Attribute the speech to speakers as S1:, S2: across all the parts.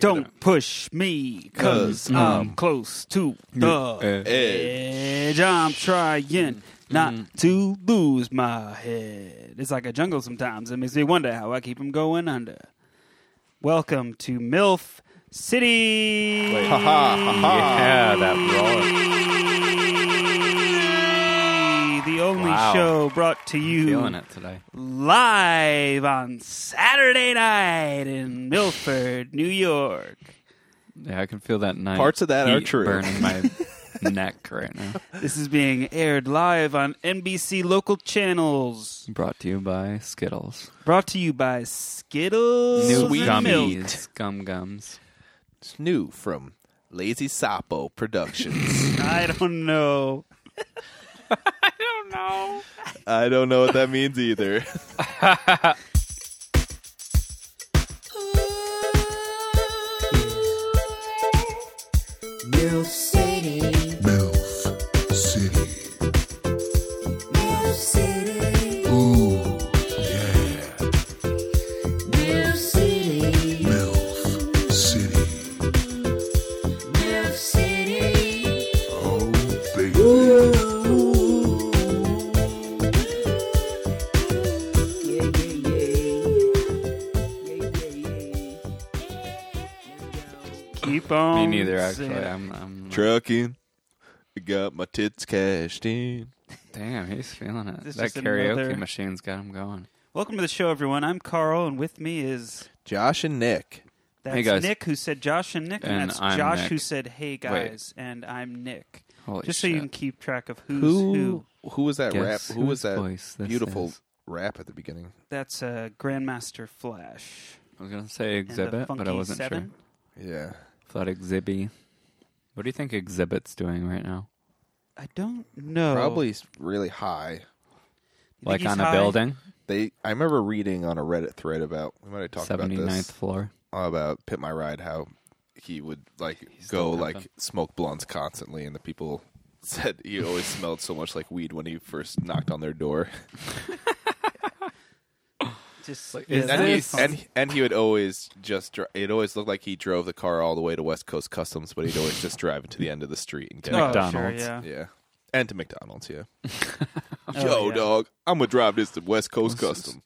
S1: Don't push me, because
S2: Uh,
S1: i
S2: mm.
S1: I'm close to the edge. I'm trying not
S2: Mm.
S1: to lose my head. It's like a jungle sometimes. It makes me wonder how I keep them going under. Welcome to MILF City.
S3: Ha ha Ah, ha ha.
S2: Yeah, that
S1: The only
S2: Wow.
S1: show brought to you
S2: Feeling it today.
S1: live on Saturday night in Milford, New York.
S2: Yeah, I can feel that night.
S3: Parts of that are
S2: heat
S3: true.
S2: Burning my neck right now.
S1: This is being aired live on NBC local channels.
S2: Brought to you by Skittles.
S1: Brought to you by Skittles
S3: New
S1: and
S3: Sweet
S1: Milk.
S2: gummies, gum gums.
S3: It's new from Lazy Sapo Productions.
S1: I don't know.
S3: I don't know what that means either.
S4: Milf City.
S5: MILF City.
S4: Milf City.
S5: Ooh, yeah.
S4: Milf City.
S5: MILF City.
S4: Milf City.
S5: Oh, baby.
S4: Yeah, yeah, yeah. Yeah, yeah, yeah.
S1: Keep on.
S2: Me neither, actually.
S1: saying-
S2: I'm, I'm
S3: Trucking. I got my tits cashed in.
S2: damn, he's feeling it.
S1: This
S2: that
S1: is
S2: karaoke
S1: another-
S2: machine's got him going.
S1: Welcome to the show, everyone. I'm Carl, and with me is
S3: Josh and Nick.
S1: that's
S2: Hey, guys.
S1: Nick who said Josh and Nick, and,
S2: And
S1: that's
S2: I'm
S1: Josh
S2: Nick.
S1: who said Hey guys, and I'm Nick.
S2: Holy
S1: Just so
S2: shit.
S1: you can keep track of who's
S3: Who,
S1: who.
S3: who was that
S2: Guess
S3: rap? Who was
S2: whose
S3: that
S2: voice this
S3: beautiful
S2: is.
S3: rap at the beginning?
S1: That's uh, Grandmaster Flash.
S2: I was going to say
S1: and the
S2: exhibit, but I
S1: Funky
S2: wasn't sure.
S1: Seven.
S3: Yeah.
S2: Thought exhibit. What do you think exhibit's doing right now?
S1: I don't
S2: Oh.
S1: know.
S3: Probably s- really high.
S1: You think
S2: Like
S1: he's
S2: on a
S1: high?
S2: building,
S3: They I remember reading on a Reddit thread about we might have talked about
S2: 79th
S3: this.
S2: floor.
S3: about Pit My Ride how he would like go
S2: still
S3: like
S2: happened.
S3: smoke blunts constantly, and the people said he always smelled so much like weed when he first knocked on their door.
S1: Just
S2: Like,
S1: yeah,
S2: is
S1: that
S3: And he,
S1: was fun.
S3: and and he would always just dri- it always looked like he drove the car all the way to West Coast Customs, but he'd always just drive it to the end of the street and get
S1: Oh,
S3: it.
S2: McDonald's.
S1: Sure, yeah.
S3: Yeah. And to McDonald's, yeah.
S1: Oh,
S3: Yo,
S1: yeah.
S3: dog, I'm gonna drive this to West Coast
S2: This is
S3: Customs.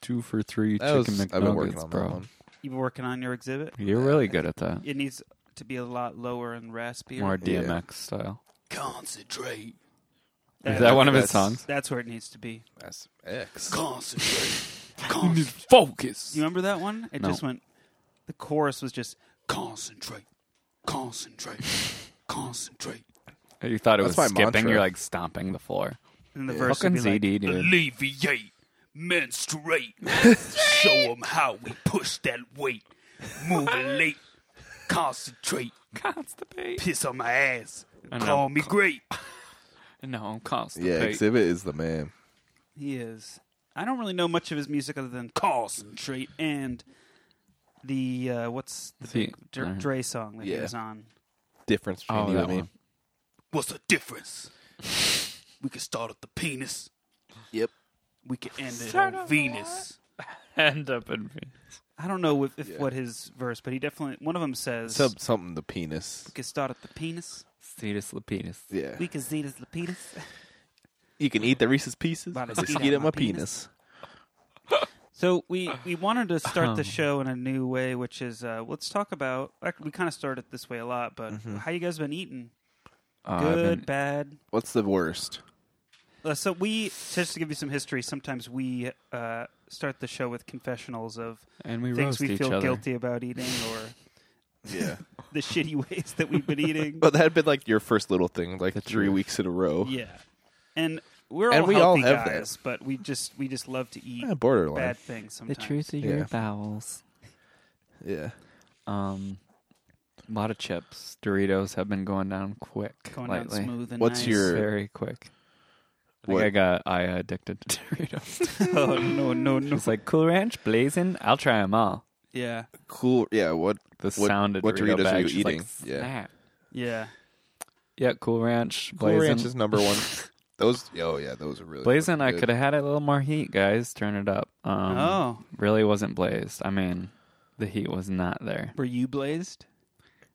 S2: Two for three
S3: That
S2: chicken
S3: was- I've
S2: McNuggets,
S3: been working on that
S2: bro.
S3: one.
S1: You've been working on your exhibit.
S2: You're really good at that.
S1: It needs to be a lot lower and raspier.
S2: More
S3: Yeah.
S2: DMX style.
S3: Concentrate.
S2: Is
S1: that,
S2: that one of his
S3: that's-
S2: songs?
S1: That's where it needs to be.
S3: That's X.
S2: Focus.
S1: You remember that one? It
S2: No.
S1: just went. The chorus was just concentrate, concentrate, concentrate,
S2: You thought it
S3: That's
S2: was
S3: my
S2: skipping.
S3: mantra.
S2: You're like stomping the floor.
S1: and the verse would
S2: Fucking
S1: be like,
S2: ZD, dude.
S6: alleviate, menstruate. Show 'em how we push that weight. Move late, concentrate,
S2: Constipate.
S6: piss on my ass,
S2: I know.
S6: call me great.
S2: No, I'm
S3: Yeah,
S2: constipate.
S3: Exhibit is the man.
S1: He is. I don't really know much of his music other than concentrate and the uh, what's the
S2: See,
S1: big Dr-
S2: alright.
S1: Dre song that he
S3: Yeah.
S1: was on.
S3: Difference between
S2: Oh,
S3: you
S2: that
S3: and me.
S2: one.
S6: What's the difference? We can start at the penis.
S3: Yep.
S6: We can end it on Venus.
S2: End up in me.
S1: I don't know if, if what his verse, but he definitely one of them says
S3: Some, something the penis.
S1: we could start at the penis.
S2: Cetus Lapidus.
S3: Yeah.
S1: We could see this the penis.
S3: You can eat the Reese's pieces.
S1: Bada
S3: Just
S1: skeet
S3: eat
S1: on
S3: at
S1: my
S3: my
S1: penis.
S3: penis.
S1: So we, we wanted to start
S2: Um.
S1: the show in a new way, which is uh, let's talk about. Like, we kind of started this way a lot, but how you guys been eating?
S2: Uh, Mm-hmm. I've
S1: Good,
S2: been-
S1: bad.
S3: What's the worst?
S1: Uh, so we just to give you some history. Sometimes we uh, start the show with confessionals of
S2: and we
S1: things
S2: roast
S1: we
S2: each
S1: feel
S2: other.
S1: guilty about eating or
S3: Yeah.
S1: the shitty ways that we've been eating.
S2: Oh.
S3: but that had been like your first little thing, like three
S2: truth.
S3: weeks in a row.
S1: yeah, and we're
S3: And
S1: all
S3: we all
S1: healthy
S3: have that.
S1: guys, but we just we just love to eat
S3: Yeah, Eh, borderline.
S1: bad things
S2: Ah, The
S1: sometimes.
S2: truth of
S3: Yeah.
S2: your bowels.
S3: Yeah.
S2: Um, a lot of chips. Doritos have been going down quick
S1: going down
S2: lately.
S1: smooth and
S3: What's
S1: nice.
S3: your-
S2: Very quick. I think
S3: What?
S2: I got I addicted to Doritos.
S1: oh no no no
S2: it's like Cool Ranch, Blazing. I'll try them all.
S1: yeah
S3: Cool. Yeah. What?
S2: The
S3: What-
S2: sound of
S3: what
S2: Dorito
S3: Doritos are
S2: bags
S3: you
S2: is like
S3: eating? Yeah.
S2: snap.
S1: yeah
S2: Yeah, Cool Ranch.
S3: Cool
S2: Blazin'.
S3: Ranch is number one. those. Oh yeah, those are really.
S2: Blazing, I
S3: fucking
S2: could
S3: good.
S2: have had a little more heat, guys. Turn it up. Um,
S1: oh
S2: Really wasn't blazed. I mean, The heat was not there.
S1: Were you blazed?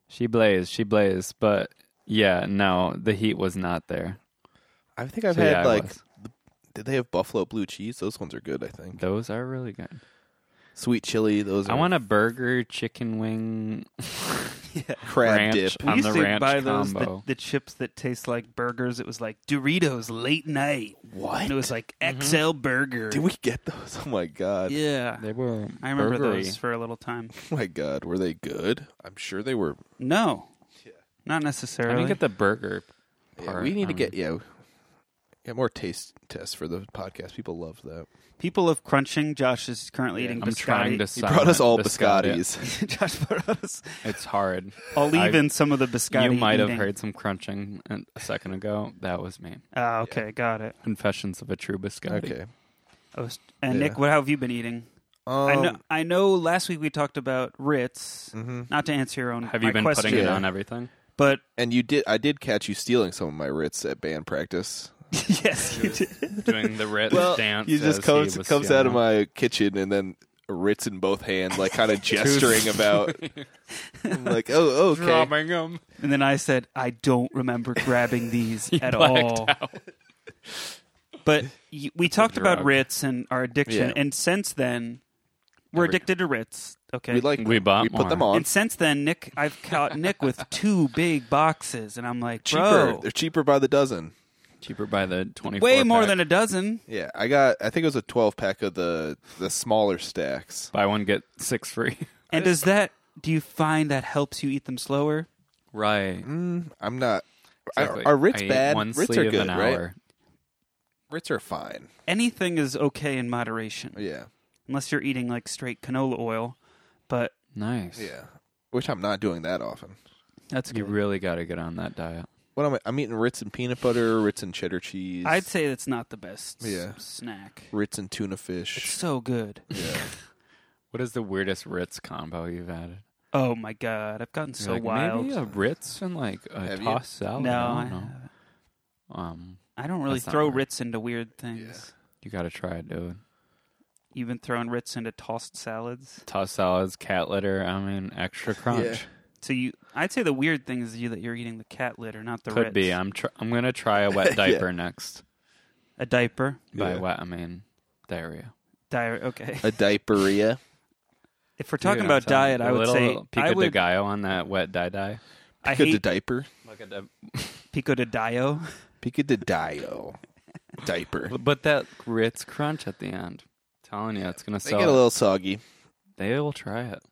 S2: She blazed, she blazed, but yeah, no, the heat was not there.
S3: I think I've
S2: So,
S3: had
S2: yeah, I
S3: like.
S2: was.
S3: the- Did they have buffalo blue cheese? Those ones are good, I think.
S2: Those are really good.
S3: Sweet chili. Those.
S2: I
S3: are
S2: want a burger, chicken wing,
S3: crab
S2: ranch
S3: dip.
S1: we
S2: on
S1: used
S2: the
S1: to
S2: ranch
S1: buy those the,
S2: combo.
S1: the chips that taste like burgers. It was like Doritos late night.
S3: What?
S1: And it was like XL burger.
S3: Did we get those? Oh my god.
S1: Yeah,
S2: They were.
S1: I remember
S2: burgery.
S1: those for a little time.
S3: Oh my god. Were they good? I'm sure they were.
S1: No, not
S2: I
S1: necessarily.
S2: didn't get the burger.
S3: Yeah,
S2: Part.
S3: we need to
S2: um,
S3: get yeah. Get more taste tests for the podcast. People love that.
S1: People of crunching. Josh is currently eating.
S2: I'm trying to.
S1: biscotti.
S3: He brought us all
S2: silent biscotti.
S3: biscottis.
S1: Josh brought us
S2: It's hard.
S1: olive
S2: I-
S1: in some of the biscotti.
S2: you might have
S1: eating.
S2: heard some crunching a a second ago. That was me.
S1: Ah, okay, got it.
S2: Confessions of a True Biscotti.
S3: Okay.
S1: I was- and
S3: Yeah.
S1: Nick, what have you been eating?
S3: Um,
S1: I know. I know. Last week we talked about Ritz. Not to answer your own.
S2: Have you
S1: my
S2: been
S1: question,
S2: putting it
S3: Yeah.
S2: on everything?
S1: But
S3: And you did. I did catch you stealing some of my Ritz at band practice.
S1: yes, you did.
S2: Doing the Ritz dance.
S3: he just
S2: as
S3: comes
S2: he was
S3: comes out of
S2: young.
S3: my kitchen and then Ritz in both hands, like kind of gesturing about. I'm like, oh, okay.
S2: Dropping 'em.
S1: And then I said, I don't remember grabbing these at
S2: blacked
S1: all. But y- we talked about
S2: drug.
S1: Ritz and our addiction,
S3: Yeah.
S1: and since then, we're addicted to Ritz. Okay.
S3: We like
S2: We
S3: them.
S2: bought
S3: we put them
S2: more.
S3: on.
S1: and since then, Nick, I've caught Nick with two big boxes, and I'm like,
S3: cheaper.
S1: bro,
S3: They're cheaper by the dozen.
S2: Cheaper by the 24
S1: way more
S2: pack.
S1: than a dozen.
S3: Yeah, I got. I think it was a twelve pack of the the smaller stacks.
S2: Buy one, get six free.
S1: And does that? Do you find that helps you eat them slower?
S2: Right.
S3: Mm, I'm not.
S2: Exactly.
S3: Are, are Ritz
S2: I ate
S3: bad?
S2: One
S3: Ritz
S2: sleeve
S3: are good,
S2: an
S3: right?
S2: hour.
S3: Ritz are fine.
S1: Anything is okay in moderation,
S3: Yeah,
S1: unless you're eating like straight canola oil. But
S2: Nice.
S3: yeah. Which I'm not doing that often.
S1: that's
S2: You
S1: good.
S2: really got to get on that diet.
S3: What am I? I'm eating Ritz and peanut butter, Ritz and cheddar cheese,
S1: I'd say that's not the best s-
S3: Yeah.
S1: snack.
S3: Ritz and tuna fish.
S1: It's so good.
S2: What is the weirdest Ritz combo you've added?
S1: Oh my god, I've gotten
S2: You're
S1: so
S2: like,
S1: wild.
S2: Maybe a Ritz and like a
S3: Have you?
S2: tossed salad.
S1: No,
S2: I
S1: I
S2: don't know. Um,
S1: I don't really
S2: That's not
S1: throw
S2: right.
S1: Ritz into weird things.
S2: you got to try it, dude.
S1: You've been throwing Ritz into tossed salads.
S2: Tossed salads, cat litter. I mean, extra crunch.
S3: Yeah.
S1: So you, I'd say the weird thing is you that you're eating the cat litter, not the
S2: Could
S1: Ritz.
S2: be. I'm tr- I'm gonna try a wet diaper next.
S1: a diaper.
S2: By
S3: Yeah.
S2: wet, I mean diarrhea.
S1: Diary. Okay.
S3: a diaperia.
S1: If we're talking
S2: Dude, I'm
S1: about
S2: telling you,
S1: diet, I
S2: a
S1: would
S2: little
S1: say
S2: pico
S1: I
S2: de
S1: would.
S2: gallo on that wet die dye.
S1: I
S3: Pico de
S1: hate
S3: diaper.
S1: pico de gallo.
S3: Pico de dio. Diaper.
S2: But that Ritz crunch at the end, telling you, it's gonna
S3: They
S2: sell.
S3: get a little soggy.
S2: They will try it.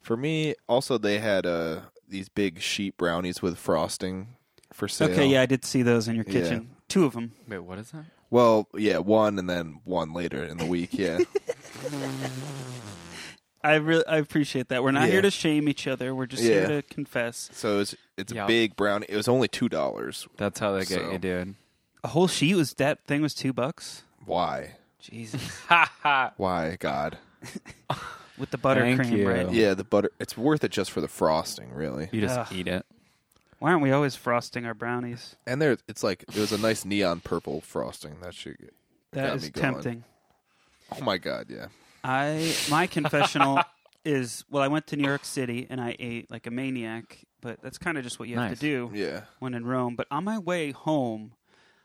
S3: For me, also they had uh, these big sheet brownies with frosting for sale.
S1: Okay, yeah, I did see those in your
S3: Yeah.
S1: kitchen. Two of them.
S2: Wait, what is that?
S3: Well, yeah, one and then one later in the week. Yeah,
S1: I really, I appreciate that. We're not
S3: Yeah.
S1: here to shame each other. We're just
S3: Yeah.
S1: here to confess.
S3: so it's it's
S2: Yeah.
S3: a big brownie. It was only two dollars.
S2: That's how they get
S3: So-
S2: you, dude.
S1: A whole sheet was that thing was two bucks.
S3: Why?
S1: Jesus, Uh,
S3: Why? God.
S1: with the buttercream,
S2: Thank you.
S1: right?
S3: Yeah, the butter. It's worth it just for the frosting, really.
S2: You just
S1: Ugh.
S2: eat it.
S1: Why aren't we always frosting our brownies?
S3: And there, it's like it was a nice neon purple frosting. That should.
S1: That
S3: Got
S1: is
S3: me going.
S1: tempting.
S3: Oh my God! Yeah.
S1: I my confessional is well, I went to New York City and I ate like a maniac, but that's kind of just what you have
S2: Nice.
S1: to do
S3: Yeah.
S1: when in Rome. But on my way home,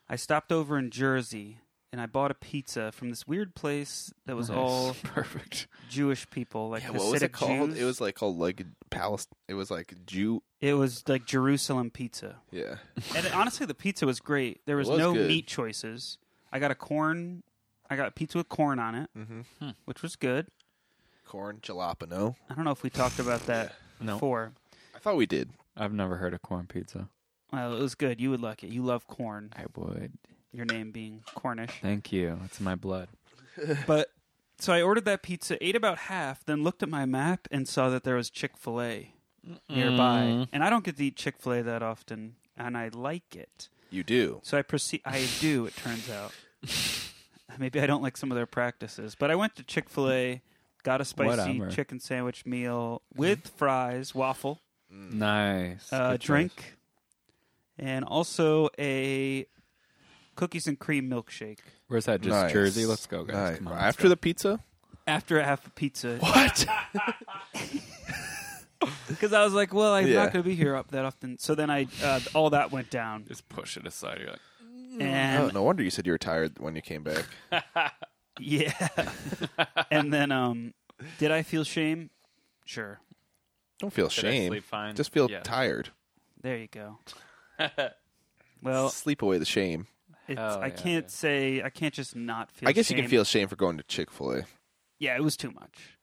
S1: I stopped over in Jersey and I bought a pizza from this weird place that was
S2: Nice.
S1: all
S2: perfect.
S1: Jewish people, like
S3: Yeah,
S1: Hasidic
S3: what was it called?
S1: Jews.
S3: It was like called like Palestine. It was like Jew.
S1: It was like Jerusalem pizza,
S3: Yeah,
S1: and honestly, the pizza was great. There was,
S3: was
S1: no
S3: good.
S1: meat choices. I got a corn. I got pizza with corn on it, which was good.
S3: Mm-hmm. corn jalapeno.
S1: I don't know if we talked about that
S2: No.
S1: before.
S3: I thought we did.
S2: I've never heard of corn pizza.
S1: Well, it was good. You would like it. You love corn.
S2: I would.
S1: Your name being Cornish.
S2: Thank you. It's in my blood.
S1: But so I ordered that pizza, ate about half, then looked at my map and saw that there was Chick Fil A nearby, and I don't get to eat Chick Fil A that often, and I like it.
S3: You do.
S1: So I proceed. I do. It turns out. Maybe I don't like some of their practices, but I went to Chick Fil A, got a spicy
S2: Whatever.
S1: chicken sandwich meal with fries, waffle,
S2: Nice.
S1: uh,
S2: Good
S1: drink,
S2: choice.
S1: and also a cookies and cream milkshake.
S2: Where's that? Just
S3: Nice.
S2: Jersey. Let's go, guys.
S3: Nice.
S2: Come on, let's
S3: After
S2: go.
S3: the pizza,
S1: after I have a pizza
S3: What?
S1: because I was like, well, I'm
S3: Yeah.
S1: not going to be here up that often. So then I uh, all that went down,
S2: Just push it aside. You're like,
S1: and
S3: Oh, no wonder you said you were tired when you came back.
S1: yeah, and then um, did I feel shame? Sure.
S3: Don't feel
S2: I
S3: shame.
S2: sleep fine?
S3: Just feel
S2: Yes.
S3: tired.
S1: There you go. well,
S3: Sleep away the shame.
S1: it's,
S2: Hell
S1: I
S2: yeah,
S1: can't
S2: dude.
S1: say I can't just not feel.
S3: I guess you can
S1: shame.
S3: feel shame for going to Chick Fil A.
S1: Yeah, it was too much.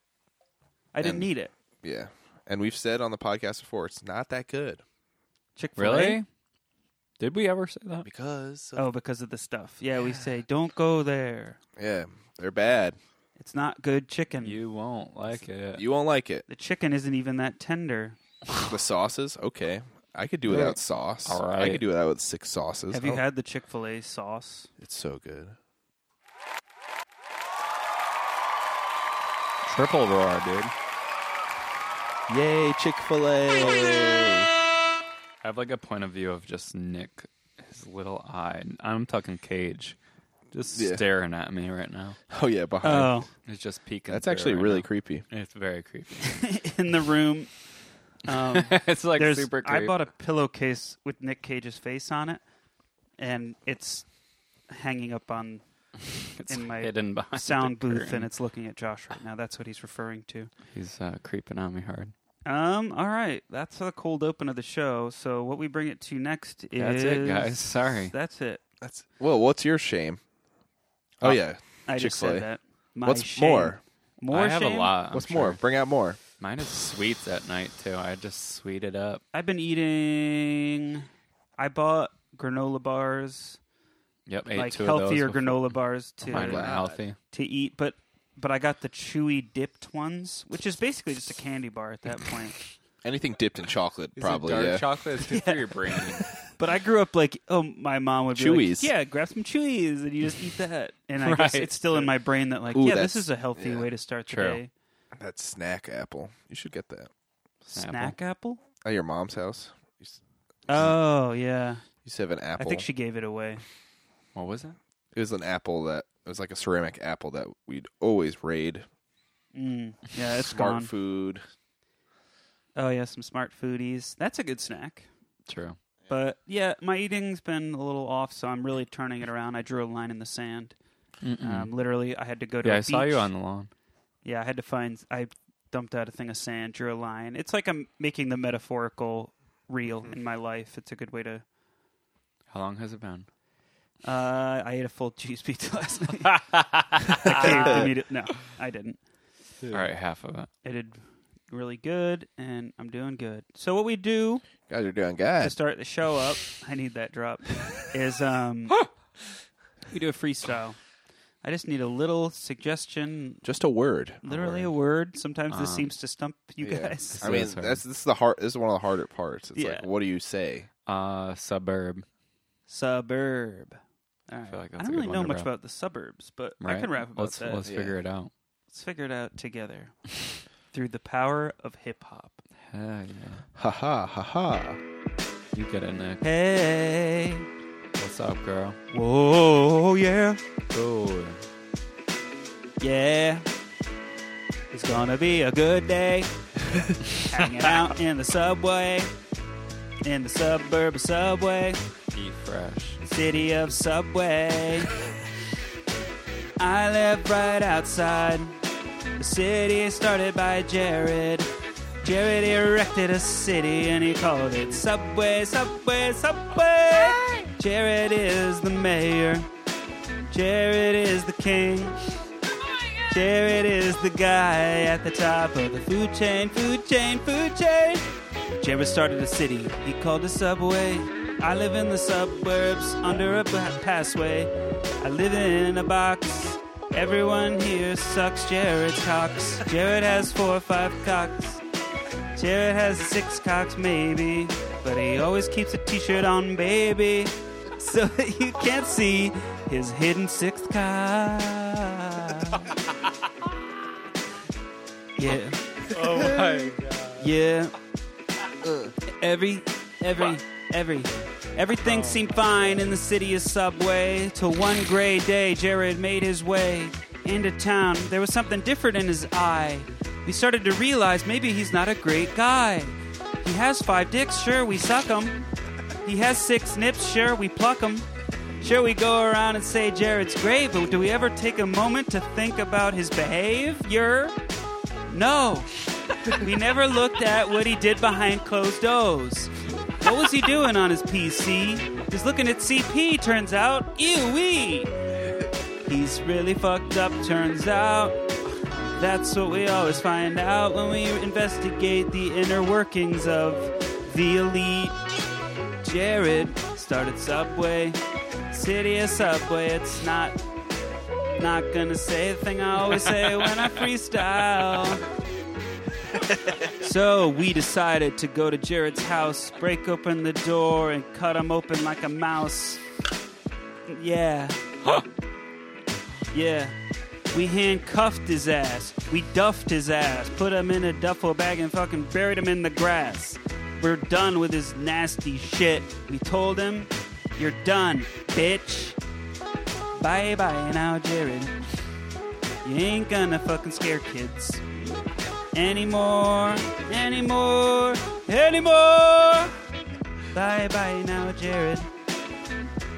S1: I didn't
S3: And-
S1: need it.
S3: Yeah, and we've said on the podcast before it's not that good
S1: Chick Fil A.
S7: Really? Did we ever say that?
S3: because of-
S1: Oh, because of the stuff. Yeah, we say don't go there.
S3: yeah, they're bad.
S1: It's not good chicken.
S7: You won't like it.
S3: You won't like it.
S1: the chicken isn't even that tender.
S3: The sauces, okay. I could do without sauce.
S7: All
S3: I
S7: right.
S3: could do without with six sauces.
S1: Have you
S3: Oh,
S1: had the Chick Fil A sauce?
S3: It's so good.
S7: Triple roar, dude.
S3: Yay, Chick Fil A!
S2: I have like a point of view of just Nick, his little eye. and I'm talking cage, just
S3: Yeah.
S2: staring at me right now.
S3: Oh yeah, behind.
S1: Oh,
S2: It's just peeking.
S3: That's
S2: through
S3: actually
S2: right
S3: really
S2: now.
S3: creepy.
S2: It's very creepy.
S1: Uh, in the room. Um,
S2: it's like
S1: there's,
S2: super creepy.
S1: I bought a pillowcase with Nick Cage's face on it, and it's hanging up on
S2: it's
S1: in my
S2: hidden behind the
S1: sound booth,
S2: curtain.
S1: and it's looking at Josh right now. That's what he's referring to.
S2: he's uh, creeping on me hard.
S1: Um. All right, that's the cold open of the show. So what we bring it to next is
S2: That's it, guys. Sorry.
S1: That's it.
S3: That's well. What's your shame? Oh yeah.
S1: I just
S3: Chick-fil-A.
S1: said that. My
S3: What's
S1: shame.
S3: more?
S1: More
S2: I have
S1: shame?
S2: a lot. I'm
S3: What's
S2: sure.
S3: more? Bring out more.
S2: Mine is sweets at night too. I just sweet it up.
S1: I've been eating. I bought granola bars,
S2: Yep, ate
S1: like
S2: two
S1: healthier
S2: of those
S1: granola bars to
S2: Mine were healthy.
S1: to eat, but but I got the chewy dipped ones, which is basically just a candy bar at that point.
S3: Anything dipped in chocolate, probably.
S2: dark
S3: yeah.
S2: chocolate is good for your brain.
S1: but I grew up like, oh, my mom would be like,
S3: Chewies.
S1: yeah, grab some chewies and you just eat that, and I guess
S2: Right.
S1: it's still in my brain that like,
S3: Ooh,
S1: yeah, this
S3: that's-
S1: is a healthy
S3: yeah.
S1: way to start
S2: True.
S1: the day.
S3: That snack apple. You should get that
S2: Apple.
S1: Snack apple?
S3: at your mom's house. You s-
S1: Oh yeah,
S3: you used to have an apple.
S1: I think she gave it away.
S2: What was it?
S3: It was an apple that it was like a ceramic apple that we'd always raid.
S1: Mm. Yeah, it's
S3: Smart
S1: gone.
S3: food.
S1: Oh yeah, some smart foodies. That's a good snack.
S2: True.
S1: But yeah, my eating's been a little off, so I'm really turning it around. I drew a line in the sand. Um, literally, I had to go to.
S2: Mm-hmm. yeah,
S1: I
S2: I saw you on the lawn.
S1: Yeah, I had to find. I dumped out a thing of sand, drew a line. It's like I'm making the metaphorical real
S2: Mm-hmm.
S1: in my life. It's a good way to.
S2: How long has it been?
S1: Uh, I ate a full cheese pizza last night. I caved immediate- No, I didn't.
S2: All right, half of it.
S1: I did really good, and I'm doing good. So what we do
S3: Guys are doing
S1: to
S3: guys.
S1: start the show up, I need that drop, is um, we do a freestyle. I just need a little suggestion,
S3: Just a word.
S1: literally a word. Sometimes this
S2: Um,
S1: seems to stump you
S3: Yeah.
S1: guys.
S3: I mean,
S2: That's hard.
S3: that's this is the hard. This is one of the harder parts. It's like,
S1: Yeah.
S3: what do you say?
S2: Uh, suburb.
S1: Suburb. All right. I,
S2: feel like that's a
S1: don't
S2: good
S1: really
S2: one
S1: know
S2: to
S1: much
S2: rap.
S1: about the suburbs, but
S2: Right?
S1: I can rap about
S2: let's,
S1: that.
S2: Let's
S3: Yeah.
S2: figure it out.
S1: Let's figure it out together through the power of hip hop.
S2: Hell yeah.
S3: Ha ha ha ha.
S2: You get it, Nick.
S1: Hey,
S2: What's up, girl?
S1: whoa, yeah,
S2: Cool.
S1: yeah. It's gonna be a good day. Hanging out in the subway, in the suburb of Subway.
S2: Eat fresh.
S1: City of Subway. I live right outside. The city started by Jared. Jared erected a city and he called it Subway, Subway, Subway. Jared is the mayor. Jared is the king. Jared is the guy at the top of the food chain, food chain, food chain. Jared started a city, he called a subway. I live in the suburbs under a pa- passway. I live in a box. Everyone here sucks Jared's cocks. Jared has four or five cocks. Jared has six cocks, maybe. But he always keeps a t shirt on, baby. So that you can't see his hidden sixth cock. yeah. Yeah. Every, every, every. Everything seemed fine in the city of Subway till one gray day Jared made his way into town, there was something different in his eye. We started to realize maybe he's not a great guy. He has five dicks, sure, we suck 'em. He has six nips, sure, we pluck 'em. Sure, we go around and say Jared's great, but do we ever take a moment to think about his behavior? No. we never looked at what he did behind closed doors. What was he doing on his PC? He's looking at CP, turns out. Ew wee! He's really fucked up, turns out. That's what we always find out when we investigate the inner workings of the elite. Jared started Subway, City of Subway. It's not not gonna say the thing I always say when I freestyle. So we decided to go to Jared's house, break open the door, and cut him open like a mouse. Yeah. Yeah. We handcuffed his ass. We duffed his ass. Put him in a duffel bag and fucking buried him in the grass. We're done with his nasty shit. We told him, You're done, bitch. Bye bye now, Jared. You ain't gonna fucking scare kids anymore, anymore, anymore. Bye bye now, Jared.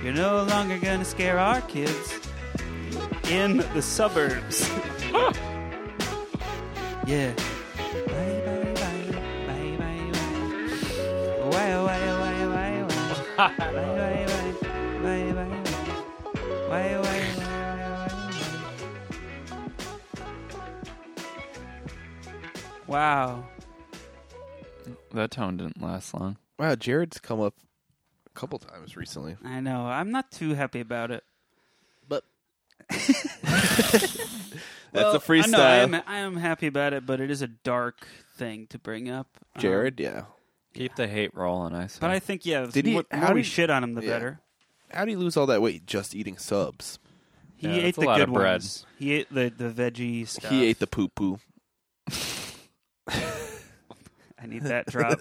S1: You're no longer gonna scare our kids in the suburbs. yeah. Bye bye bye bye bye bye. Why oh, why oh, why oh, why oh, why. Why, why, why, why, why, why. Why, why, why, why, why. Wow.
S2: That tone didn't last long.
S3: Wow, Jared's come up a couple times recently.
S1: I know. I'm not too happy about it.
S3: That's a
S1: I know, I
S3: freestyle.
S1: am, I am happy about it, but it is a dark thing to bring up. Um,
S3: Jared, yeah.
S2: Keep the hate rolling, I say.
S1: But I think, yeah,
S3: Did
S1: did
S3: he-
S1: more,
S3: how
S1: more we
S3: did-
S1: shit on him, the
S3: yeah.
S1: better.
S3: How do you lose all that weight just eating subs?
S1: He
S2: Yeah,
S1: ate
S2: that's a
S1: the
S2: lot
S1: good
S2: of bread.
S1: ones. He ate the, the veggie stuff.
S3: He ate the poo poo.
S1: I need that drop.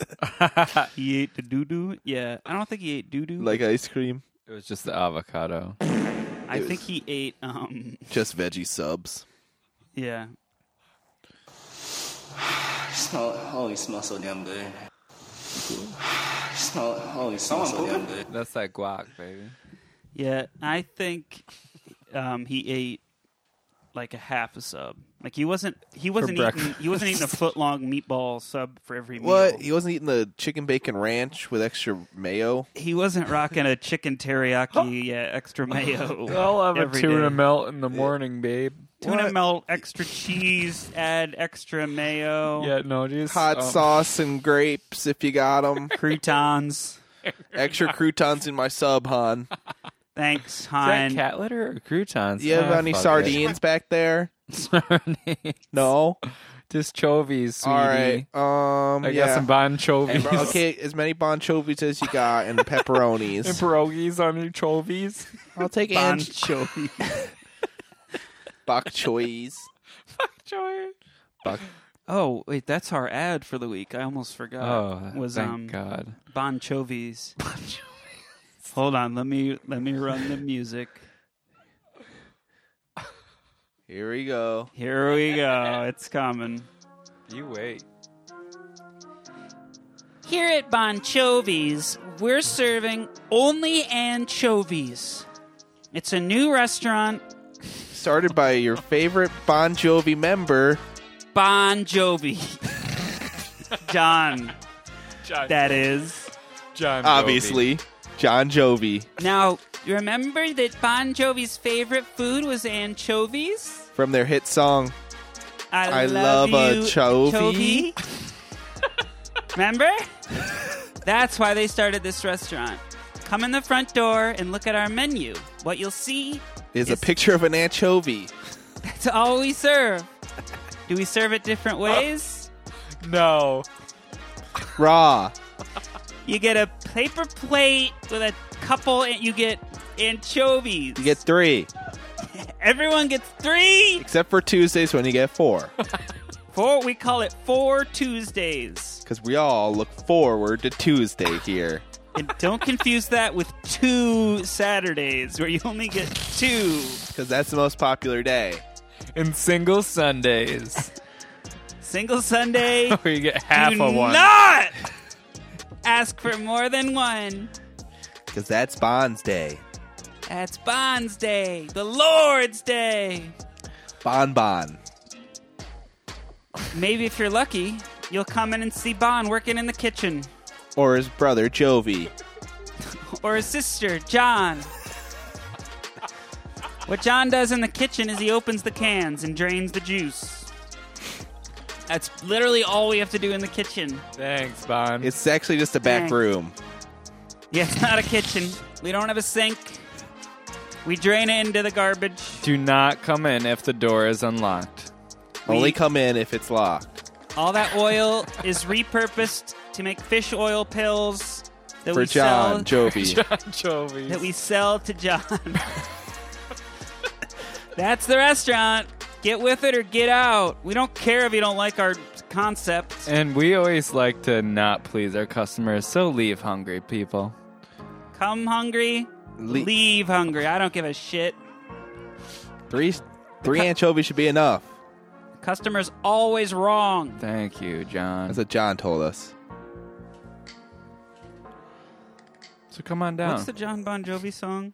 S1: he ate the doo doo. Yeah, I don't think he ate doo doo.
S3: Like ice cream,
S2: it was just the avocado.
S1: I think he ate. Um,
S3: just veggie subs.
S1: yeah,
S8: Smell, holy, smells so damn good. Smell, holy, smells so damn good.
S2: That's that guac, baby.
S1: yeah. I think um, he ate like a half a sub. Like he wasn't. He wasn't eating.
S2: breakfast.
S1: He wasn't eating a foot long meatball sub for every meal.
S3: What? He wasn't eating the chicken bacon ranch with extra mayo?
S1: He wasn't rocking a chicken teriyaki, yeah, extra mayo. every day.
S2: melt in the morning, babe.
S1: Tuna
S3: What?
S1: melt, extra cheese, add extra mayo,
S2: Yeah, no, just
S3: Hot
S2: um,
S3: sauce and grapes if you got them.
S1: croutons.
S3: extra croutons in my sub, hon.
S1: Thanks,
S2: Is that
S1: hon.
S2: cat litter or croutons?
S3: You have
S2: Ah,
S3: any
S2: fuck
S3: sardines back there?
S2: it. Sardines.
S3: No.
S2: Just chovies, sweetie.
S3: All right. Um.
S2: I
S3: yeah.
S2: got some bon chovies.
S3: Okay, as many bonchovies as you got and pepperonis.
S2: and pierogies on your chovies.
S3: I'll take
S1: Anchovy.
S3: bok choys.
S2: Joy.
S3: Bok-
S1: Oh wait, that's our ad for the week. I almost forgot.
S2: Oh,
S1: was
S2: thank
S1: um
S2: God.
S1: Bonchovies. Hold on, let me let me run the music.
S3: Here we go.
S1: Here we go. It's coming.
S2: You wait.
S1: Here at Bonchovies, we're serving only anchovies. It's a new restaurant,
S3: Started by your favorite Bon Jovi member.
S1: Bon Jovi. John, that is.
S2: John
S3: Obviously, John Jovi
S1: Now, remember that Bon Jovi's favorite food was anchovies?
S3: from their hit song. I love
S1: you,
S3: anchovy.
S1: anchovy. remember? That's why they started this restaurant. Come in the front door and look at our menu. What you'll see
S3: Is
S1: Yes.
S3: a picture of an anchovy.
S1: It's all we serve. Do we serve it different ways?
S2: No.
S3: Raw.
S1: You get a paper plate with a couple, and you get anchovies.
S3: You get three,
S1: Everyone gets three.
S3: except for Tuesdays when you get four,
S1: Four. We call it four Tuesdays,
S3: because we all look forward to Tuesday here.
S1: and don't confuse that with two Saturdays, where you only get two.
S3: Because that's the most popular day.
S2: and single Sundays,
S1: Single Sunday.
S2: where you get half
S1: do
S2: of one.
S1: not ask for more than one.
S3: Because that's Bonds Day.
S1: That's Bonds Day, the Lord's Day.
S3: Bon Bon.
S1: Maybe if you're lucky, you'll come in and see Bon working in the kitchen,
S3: Or his brother, Jovi.
S1: or his sister, John. What John does in the kitchen is he opens the cans and drains the juice. That's literally all we have to do in the kitchen.
S2: Thanks, Bon.
S3: It's actually just a back
S1: Thanks.
S3: room.
S1: Yeah, it's not a kitchen. We don't have a sink. We drain it into the garbage.
S2: Do not come in if the door is unlocked.
S3: Only come in if it's locked.
S1: All that oil is repurposed to make fish oil pills that
S3: For
S1: we
S3: John,
S1: sell
S3: Jovi.
S1: that we sell to John. That's the restaurant. Get with it or get out. We don't care if you don't like our concept.
S2: And we always like to not please our customers, so leave hungry, people.
S1: Come hungry,
S3: Le-
S1: leave hungry. I don't give a shit.
S3: Three, three anchovies should be enough.
S1: Customers always wrong.
S2: Thank you, John.
S3: That's what John told us.
S2: So come on down.
S1: What's the John Bon Jovi song?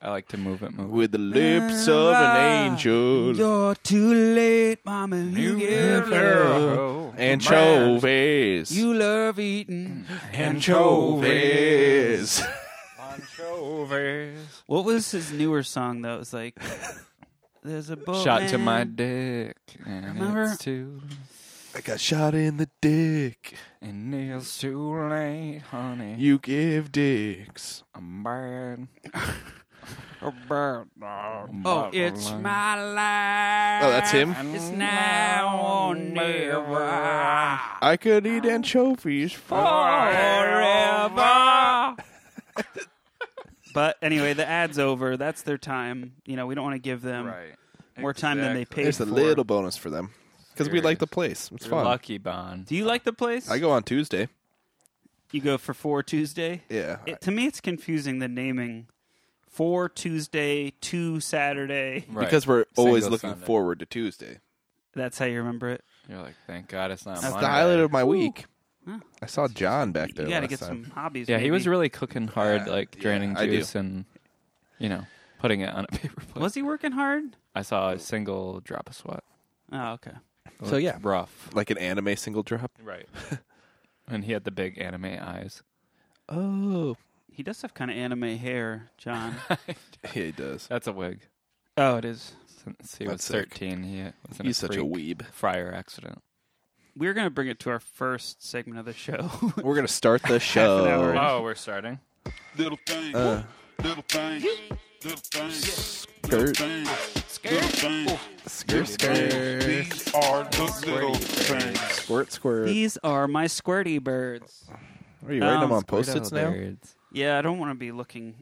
S2: I like to move it, move it.
S3: With the lips of an angel.
S1: You're too late, mama. You give love.
S3: Anchovies.
S1: You love eating.
S3: anchovies.
S1: What was his newer song that was like? There's a boat
S2: Shot to my dick, and
S1: Oh, Remember-
S2: it's too,
S3: I got shot in the dick.
S2: and it's too late, honey.
S3: You give dicks.
S2: I'm bad.
S1: Oh, it's my life.
S3: Oh, that's him?
S1: It's now or Mm, never.
S3: I could eat anchovies
S1: Forever. but anyway, the ad's over. That's their time. You know, we don't want to give them
S2: Right.
S1: more time than they
S2: Exactly.
S1: paid
S3: There's a
S1: for.
S3: little bonus for them because we like the place. It's
S2: You're
S3: fun.
S2: lucky, Bon.
S1: Do you like the place?
S3: I go on Tuesday.
S1: You go for four Tuesday.
S3: Yeah,
S1: It, to me, it's confusing the naming. For Tuesday, two Saturday.
S2: Right.
S3: because we're always
S2: Single
S3: looking
S2: Sunday.
S3: forward to Tuesday.
S1: That's how you remember it.
S2: You're like, thank God it's not.
S3: That's the
S2: Monday."
S3: highlight of my week.
S1: Huh.
S3: I saw John back there.
S1: You got to
S3: last
S1: get
S3: time.
S1: some hobbies.
S2: Yeah, he was
S1: maybe.
S2: really cooking hard,
S3: Yeah,
S2: like
S3: yeah,
S2: draining
S3: I do.
S2: juice and, you know, putting it on a paper plate.
S1: Was he working hard?
S2: I saw a single drop of sweat.
S1: Oh, okay.
S3: So yeah,
S2: Rough.
S3: like an anime single drop.
S2: Right. and he had the big anime eyes.
S3: Oh,
S1: He does have kind of anime hair, John.
S3: yeah, he does.
S2: That's a wig.
S1: oh, it is.
S2: Since he was
S3: That's sick.
S2: 13, he was in
S3: He's
S2: a
S3: such a
S2: freak
S3: weeb.
S2: Fryer accident.
S1: We're gonna bring it to our first segment of the show.
S3: We're gonna start the
S1: hour.
S3: show.
S2: Oh, we're starting.
S9: Little thing,
S3: Uh,
S9: little thing, little thing,
S3: skirt,
S9: thing, little thing.
S3: skirt, skirt,
S9: These are the little things.
S3: squirt, squirt.
S1: These are my squirty birds.
S3: Are you writing them on
S1: Sounds
S3: post-its now? You
S1: Yeah, I don't want to be looking.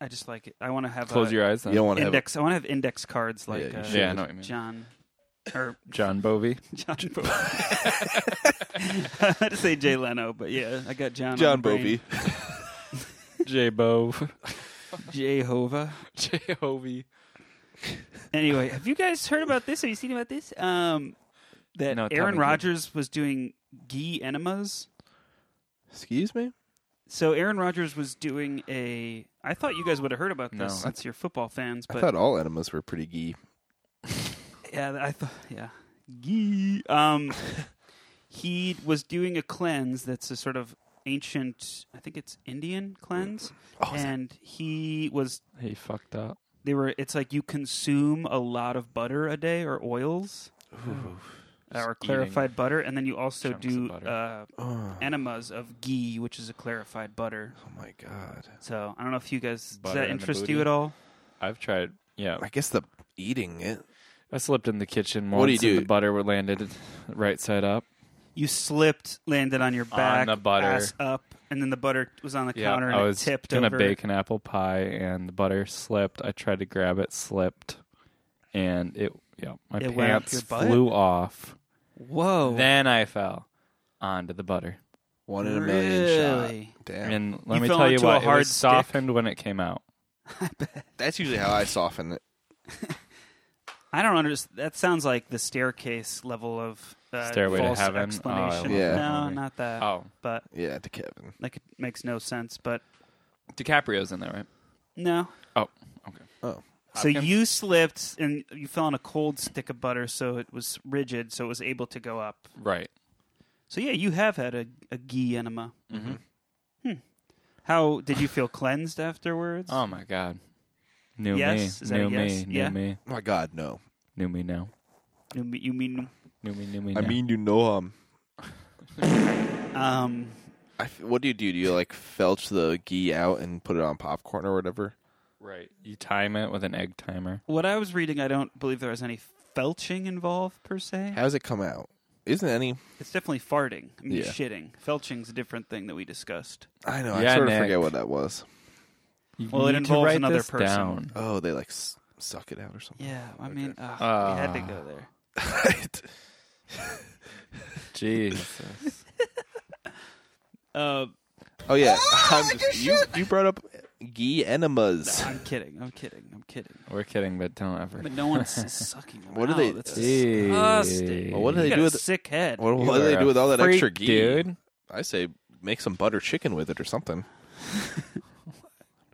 S1: I just like it. I want to have
S2: Close
S1: a
S2: your eyes. Then.
S3: don't want to have
S1: index. I want to have index cards like
S3: you
S1: uh,
S3: should.
S2: yeah, I know what you mean.
S1: John or
S2: John Bovey.
S1: John. Bo- I had to say Jay Leno, but yeah, I got John. on
S3: John
S1: the brain.
S3: Bovey.
S2: J Bove.
S1: Jehovah.
S2: J Hovey.
S1: Anyway, have you guys heard about this? Have you seen about this? Um, that
S2: No, tell me,
S1: Aaron
S2: dude.
S1: Rodgers was doing ghee enemas.
S3: Excuse me.
S1: So Aaron Rodgers was doing a. I thought you guys would have heard about
S2: No.
S1: this since you're football fans,
S3: I
S1: but
S3: thought all enemas were pretty gee.
S1: yeah, I thought yeah, ghee. Um, he was doing a cleanse that's a sort of ancient. I think it's Indian cleanse,
S2: Oh,
S1: and he was.
S2: He fucked up.
S1: They were. It's like you consume a lot of butter a day or oils. uh, or clarified butter, and then you also
S2: chunks
S1: do
S2: of butter.
S1: uh,
S3: Oh,
S1: enemas of ghee, which is a clarified butter.
S3: oh my god.
S1: So I don't know if you guys does
S2: Butter
S1: that
S2: in the
S1: interest
S2: booty?
S1: you at all.
S2: I've tried. Yeah,
S3: I guess the eating it.
S2: I slipped in the kitchen once.
S3: What do you
S2: and
S3: do?
S2: The butter were landed right side up.
S1: You slipped, landed on your back,
S2: the butter.
S1: ass up, and then the butter was on the
S2: Yeah,
S1: counter and
S2: I
S1: it
S2: was
S1: tipped
S2: gonna
S1: over.
S2: bake an apple pie, and the butter slipped. I tried to grab it, slipped, and it. Yeah, my
S1: It went up
S2: pants
S1: your butt? Oh.
S2: flew off.
S1: Whoa!
S2: Then I fell onto the butter.
S3: One in a million shot.
S1: really?
S3: Damn.
S2: And let me
S1: fell
S2: tell you
S1: onto a
S2: what, it
S1: hard
S2: was
S1: stick?
S2: softened when it came out.
S3: That's usually how I soften it.
S1: I don't understand. That sounds like the staircase level of uh,
S2: Stairway to
S1: false
S2: Heaven? Oh, I
S1: Explanation.
S3: love that
S1: no,
S2: movie.
S1: not that.
S2: Oh,
S1: but
S3: Yeah, to Kevin.
S1: like it makes no sense. But
S2: DiCaprio's in there, right?
S1: no.
S2: Oh, okay.
S1: So
S2: Hopkins?
S1: you slipped and you fell on a cold stick of butter, so it was rigid, so it was able to go up.
S2: Right.
S1: So yeah, you have had a, a ghee enema. Mm-hmm. How did you feel cleansed afterwards?
S2: Oh my God.
S7: New
S1: Yes,
S7: me,
S1: is that a
S7: new me,
S1: yes?
S7: new
S1: Yeah.
S7: me,
S3: Oh My God, no.
S7: new me now,
S1: you, me- you mean
S7: new me, new me.
S3: I
S7: now.
S3: mean, you know him.
S1: um,
S3: I f- what do you do? Do you like felch the ghee out and put it on popcorn or whatever?
S2: Right. You time it with an egg timer.
S1: what I was reading? I don't believe there was any felching involved per se.
S3: How does it come out? Isn't any?
S1: It's definitely farting. I mean,
S3: Yeah.
S1: shitting. Felching's a different thing that we discussed.
S3: I know. I
S2: Yeah,
S3: sort of
S2: Nick.
S3: forget what that was.
S2: You
S1: Well, it
S2: need to
S1: involves
S2: write
S1: another
S2: this
S1: person.
S2: down.
S3: Oh, they like s- suck it out or something.
S1: Yeah, I mean, ugh,
S3: Uh,
S1: we had to go there.
S2: Jesus.
S1: Uh,
S3: oh yeah. I'm just- you you brought up ghee enemas.
S1: I'm kidding. I'm kidding. I'm kidding.
S2: We're kidding, but don't ever.
S1: But no one's sucking. them
S3: What do
S1: out.
S3: they-
S1: That's
S2: Jeez.
S1: disgusting.
S3: Well, what do
S1: You
S3: they
S1: got
S3: do
S1: a
S3: with-
S1: sick head?
S3: What,
S2: You
S3: what do
S2: are
S3: they
S2: a
S3: do with all that
S2: freak,
S3: extra ghee?
S2: dude?
S3: I say make some butter chicken with it or something.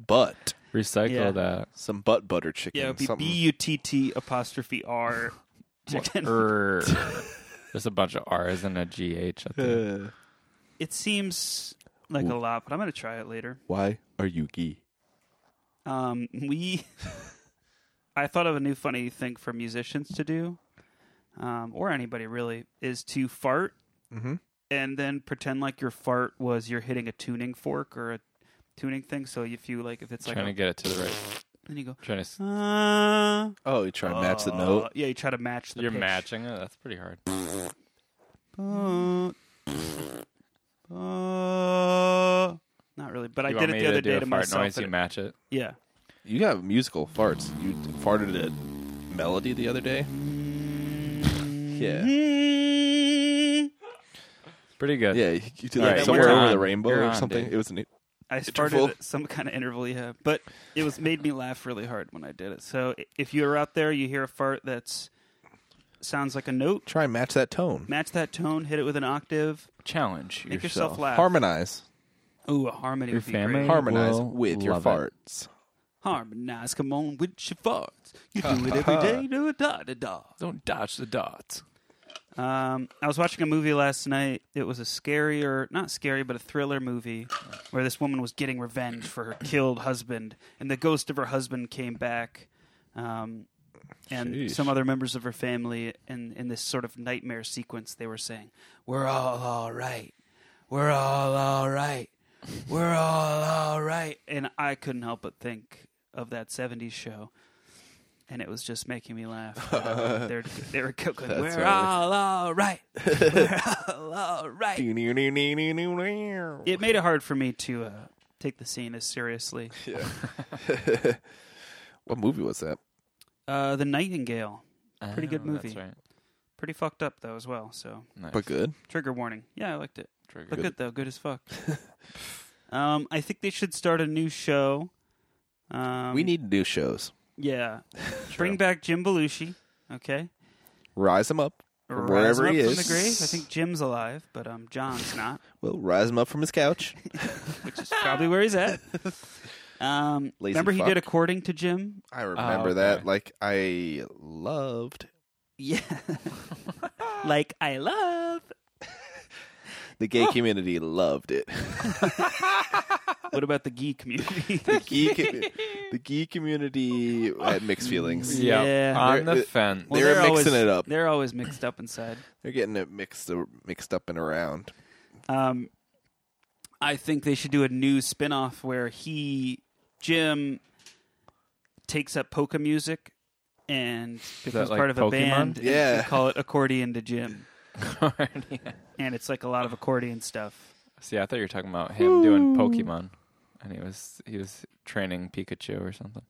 S3: butt.
S2: Recycle
S1: Yeah.
S2: that.
S3: Some butt butter chicken.
S1: Yeah, it would be
S3: something.
S1: B U T T apostrophe R chicken.
S2: Er. There's a bunch of R's and a GH. I think.
S1: It seems like a lot, but I'm gonna try it later.
S3: Why are you ghee?
S1: Um, we, I thought of a new funny thing for musicians to do, um, or anybody really, is to fart and then pretend like your fart was you're hitting a tuning fork or a tuning thing. So if you like, if it's like,
S2: trying to
S1: a,
S2: get it to the right.
S1: then you go,
S2: Trying to. s-
S1: uh,
S3: Oh, you try to match the note.
S1: yeah, you try to match the
S2: You're
S1: pitch.
S2: matching it. That's pretty hard.
S1: Uh, uh, not really, but I
S2: you
S1: did
S2: want
S1: it
S2: me
S1: the other
S2: to do
S1: day
S2: a
S1: to
S2: fart
S1: myself.
S2: noise? You
S1: and-
S2: match it.
S1: yeah.
S3: You got musical farts. You farted at Melody the other day.
S1: Mm-hmm.
S3: Yeah.
S1: Mm.
S2: Pretty good.
S3: Yeah, you you did
S2: All
S3: like
S2: right,
S3: somewhere
S2: you're
S3: over
S2: on.
S3: the rainbow
S2: You're
S3: or
S2: on,
S3: something.
S2: dude.
S3: It was an
S1: I
S3: interval?
S1: started at some kind of interval, yeah, but it was made me laugh really hard when I did it. So i- if you're out there, you hear a fart that's sounds like a note,
S3: try and match that tone.
S1: match that tone, hit it with an octave,
S2: Challenge
S1: make yourself, laugh.
S3: Harmonize.
S1: Ooh, a harmony
S2: Your
S1: would be
S2: family?
S1: great.
S2: Har-
S3: Harmonize
S2: will
S3: with your
S2: love it.
S3: farts.
S1: Harmonize, come on with your farts. You do it every day, do it da da da.
S2: Don't dodge the dots.
S1: Um, I was watching a movie last night. It was a scarier, not scary, but a thriller movie where this woman was getting revenge for her killed husband, and the ghost of her husband came back, um, and some other members of her family. And in this sort of nightmare sequence, they were saying, "We're all all right. We're all all right. We're all all right." And I couldn't help but think of that '70s show. And it was just making me laugh. Uh, they're, they were going, we're
S3: right.
S1: all all right. all right.
S3: Yeah.
S1: It made it hard for me to uh, take the scene as seriously.
S3: what movie was that?
S1: Uh, the Nightingale, pretty good
S2: Oh,
S1: movie.
S2: That's right.
S1: Pretty fucked up though as well. So
S2: Nice.
S3: But good.
S1: trigger warning. Yeah, I liked it.
S2: Trigger.
S1: But good though, good as fuck. um, I think they should start a new show. Um,
S3: we need new shows.
S1: yeah, bring back Jim Belushi. Okay,
S3: Rise him up.
S1: Or rise
S3: wherever
S1: him up
S3: he
S1: from
S3: is.
S1: the grave. I think Jim's alive, but um, John's not,
S3: Well, rise him up from his couch.
S1: which is probably where he's at. Um,
S3: Lazy
S1: remember he
S3: fuck.
S1: did according to Jim.
S3: I remember
S2: okay.
S3: that. Like I loved
S1: Yeah, like I love.
S3: the gay community. Loved it.
S1: What about the gay community?
S3: the gay commu- the gay community had mixed feelings.
S2: Yeah.
S1: Yeah.
S2: On
S3: They're-
S2: the fence.
S3: Well, They're mixing
S1: always,
S3: it up.
S1: They're always mixed up inside.
S3: They're getting it mixed uh, mixed up and around.
S1: Um, I think they should do a new spin-off where he, Jim, takes up polka music and becomes
S2: like
S1: part of a
S2: Pokemon?
S1: band. and
S3: Yeah.
S1: they call it Accordion to Jim,
S2: Yeah.
S1: and it's like a lot of accordion stuff.
S2: See, I thought you were talking about him doing Pokemon, and he was he was training Pikachu or something.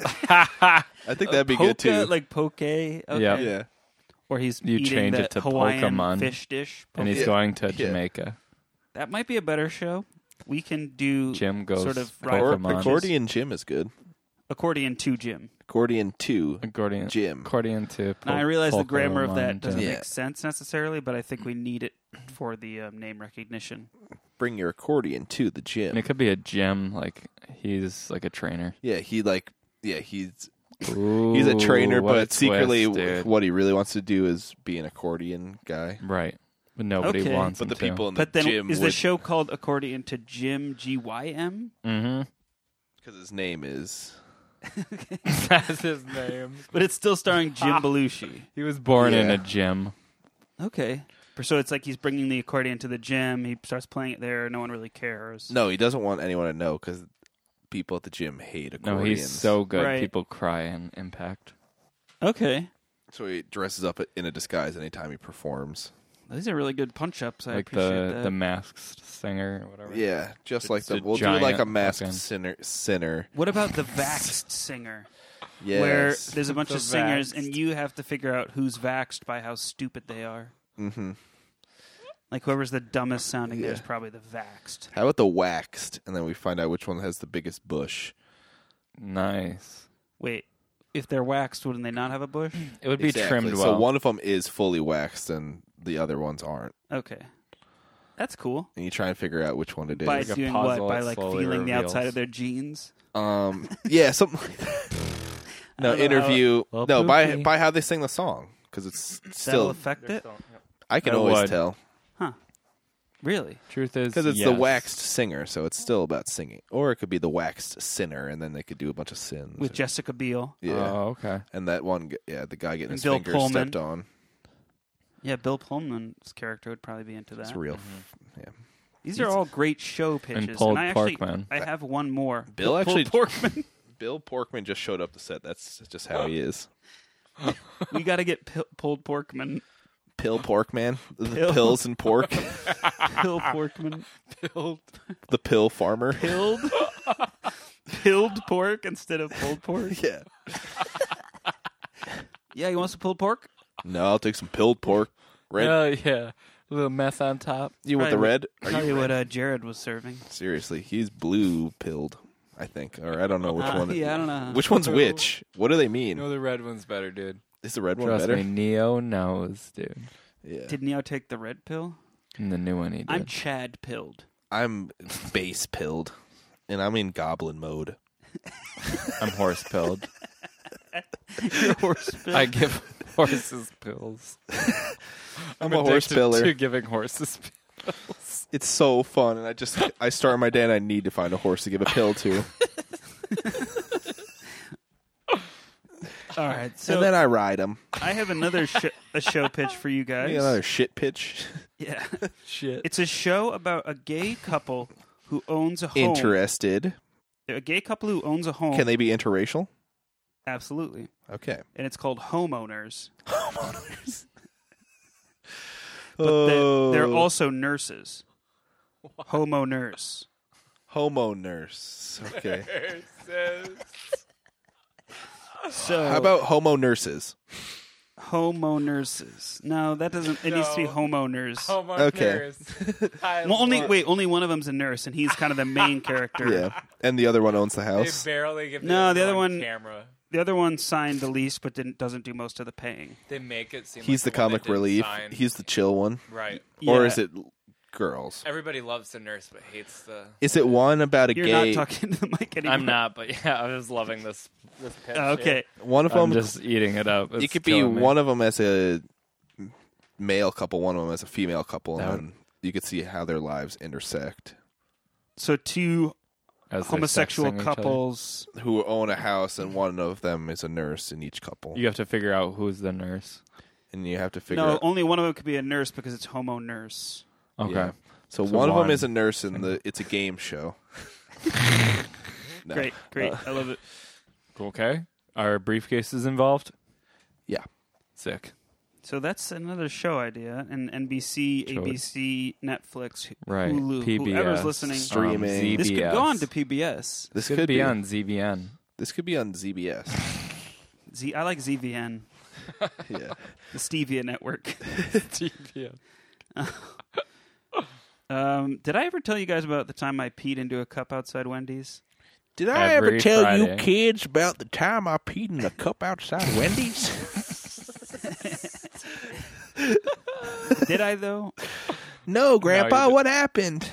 S3: I think that'd be
S1: polka,
S3: good too.
S1: like poke. Okay.
S2: Yeah.
S3: yeah,
S1: Or he's
S2: You
S1: eating
S2: change
S1: that
S2: it to
S1: Hawaiian
S2: Pokemon.
S1: fish dish.
S2: And he's
S3: Yeah.
S2: going to
S3: Yeah.
S2: Jamaica.
S1: that might be a better show. We can do
S2: Jim goes
S1: sort of
S2: Pokemon.
S3: Or accordion Jim is good.
S1: accordion to Jim.
S3: Accordion two.
S2: Accordion.
S3: Jim.
S2: Accordion to.
S1: And I realize the grammar of that doesn't
S3: Yeah.
S1: make sense necessarily, but I think we need it for the um, name recognition.
S3: Bring your accordion to the gym.
S2: And it could be a gym. Like he's like a trainer.
S3: Yeah, he like yeah he's he's a trainer,
S2: Ooh, what
S3: but
S2: a twist,
S3: secretly
S2: dude.
S3: what he really wants to do is be an accordion guy.
S2: right? But nobody
S1: Okay.
S2: wants.
S3: But
S2: him
S3: the
S2: to.
S3: people in the
S1: But then,
S3: gym
S1: is the show called Accordion to Jim G Y M?
S2: Mhm.
S3: because his name is
S2: That's his name.
S1: But it's still starring Jim Belushi.
S2: He was born in
S3: Yeah.
S2: a gym.
S1: Okay. So it's like he's bringing the accordion to the gym. He starts playing it there. No one really cares.
S3: no, he doesn't want anyone to know because people at the gym hate
S2: No,
S3: accordions.
S2: he's so good.
S1: Right.
S2: People cry in Impact.
S1: Okay.
S3: so he dresses up in a disguise anytime he performs.
S1: These are really good punch ups. I
S2: like
S1: appreciate
S2: the
S1: that.
S2: the masked singer or whatever.
S3: Yeah, just like
S2: It's
S3: the
S2: a
S3: we'll do like a
S2: giant
S3: masked
S2: fucking-
S3: sinner. Sinner.
S1: what about the vaxxed singer?
S3: Yes.
S1: Where there's a bunch
S2: The
S1: of singers and
S2: vaxxed.
S1: you have to figure out who's vaxxed by how stupid they are.
S3: Mhm.
S1: Like whoever's the dumbest sounding there is
S3: Yeah.
S1: probably the vaxxed.
S3: How about the waxed? And then we find out which one has the biggest bush.
S2: Nice.
S1: Wait, if they're waxed, wouldn't they not have a bush?
S2: It would be trimmed well.
S3: So one of them is fully waxed and the other ones aren't.
S1: Okay. That's cool.
S3: And you try and figure out which one it is.
S1: By
S2: a
S1: doing what?
S2: puzzle
S1: By
S2: that
S1: like
S2: slowly
S1: feeling the outside
S2: reveals.
S1: of their jeans?
S3: Um, yeah, something like that. No,
S1: don't know how-
S3: interview.
S2: Well,
S3: no, by
S2: poopy.
S3: by how they sing the song because it's
S1: That'll
S3: still.
S1: affect it?
S3: I can
S2: That
S3: always
S2: would.
S3: tell
S1: Really?
S2: Truth is,
S3: because it's the
S2: yes.
S3: waxed singer, so it's still about singing. Or it could be the waxed sinner, and then they could do a bunch of sins.
S1: With
S3: or-
S1: Jessica Biel.
S3: yeah,
S2: Oh, okay.
S3: and that one, g- yeah, the guy getting his
S1: Bill
S3: finger
S1: Pullman.
S3: stepped on.
S1: Yeah, Bill Pullman's character would probably be into that.
S3: It's real. f- Yeah,
S1: These are all great show pitches.
S2: Paul
S1: I actually,
S2: Porkman.
S1: I have one more.
S3: Bill
S1: Paul
S3: actually-
S1: Porkman.
S3: Bill Porkman just showed up to set. That's just how he is.
S1: we got to get Pil- Pulled Porkman.
S3: Pill Porkman, the
S1: Pill-
S3: pills and pork,
S1: Bill Porkman. Pilled.
S3: the pill farmer.
S1: Pilled. Pilled pork instead of pulled pork.
S3: Yeah.
S1: Yeah, you want some pulled pork?
S3: No, I'll take some pilled pork. Red.
S2: Oh yeah, a little mess on top.
S3: you want the
S1: probably-
S3: red? Are you
S1: Tell you what uh, Jared was serving.
S3: Seriously, he's blue pilled, I think, or I don't know which
S1: Uh,
S3: one.
S1: yeah, I don't know.
S3: Which one's which? What do they mean?
S2: the red one's better, dude.
S3: Is the red one
S2: Trust
S3: better?
S2: me, Neo knows, dude.
S3: Yeah.
S1: Did Neo take the red pill?
S2: And the new one he did.
S1: I'm Chad pilled.
S3: I'm base pilled, and I'm in goblin mode.
S2: I'm horse pilled.
S1: Your horse pilled.
S2: I give horses pills.
S3: I'm, a horse
S2: addicted
S3: pillar.
S2: To giving horses pills.
S3: It's so fun, and I just I start my day and I need to find a horse to give a pill to,
S1: all right. So
S3: and then I ride him.
S1: I have another sh- a show pitch for you guys.
S3: Another shit pitch.
S1: Yeah.
S2: Shit.
S1: It's a show about a gay couple who owns a home.
S3: Interested?
S1: A gay couple who owns a home.
S3: Can they be interracial?
S1: Absolutely.
S3: Okay.
S1: And it's called Homeowners.
S3: But
S1: They- They're
S3: Oh.
S1: also nurses. Homo nurse.
S3: homo nurse. Okay.
S1: So
S3: How about homo nurses?
S1: homo nurses? No, that doesn't. It needs to be homo nurse.
S3: Okay.
S1: well, only wait, only one of them's a nurse, and he's kind of the main character.
S3: Yeah. And the other one owns the house.
S10: barely give
S1: No, the other one,
S10: camera.
S1: the other one signed the lease, but didn't doesn't do most of the paying.
S10: They make it seem
S3: He's the
S10: like one that
S3: comic
S10: didn't
S3: relief.
S10: sign.
S3: He's the chill one.
S10: right.
S1: Yeah.
S3: Or is it l- girls?
S10: Everybody loves the nurse but hates the.
S3: Is it one about a
S1: You're
S3: gay?
S1: not talking to the mic anymore. Uh,
S10: I'm not, but yeah, I was loving this. This pitch.
S1: Okay.
S3: one of
S2: I'm
S3: them.
S2: just eating it up.
S3: it
S2: It's
S3: could be
S2: killing me.
S3: one of them as a male couple, one of them as a female couple,
S2: That
S3: and
S2: would-
S3: then you could see how their lives intersect.
S1: So two
S2: As they're
S1: homosexual
S2: sexing each other.
S1: couples.
S3: Who own a house and one of them is a nurse in each couple,
S2: You have to figure out who's the nurse.
S3: and you have to figure
S1: No,
S3: out.
S1: only one of them could be a nurse because it's homo nurse.
S2: Okay.
S3: Yeah. So,
S2: So
S3: one, of them
S2: one.
S3: is a nurse, and the it's a game show. No.
S1: Great, great.
S2: Uh.
S1: I love it.
S2: Okay. Are briefcases involved?
S3: Yeah.
S2: Sick.
S1: So that's another show idea, and NBC,
S2: Show it.
S1: ABC, Netflix, Hu-
S2: Right.
S1: Hulu,
S2: PBS.
S1: whoever's listening.
S3: Streaming.
S2: Um, ZBS.
S1: This could go on to PBS.
S3: This
S2: Could, be, on ZBN.
S3: This could be on ZBS.
S1: Z, I like ZVN,
S3: yeah.
S1: the Stevia Network. um, did I ever tell you guys about the time I peed into a cup outside Wendy's?
S3: Did
S2: I ever Every tell you Friday.
S3: kids about the time I peed in a cup outside Wendy's?
S1: Did I though?
S3: no, Grandpa.
S2: didn't.
S3: what happened?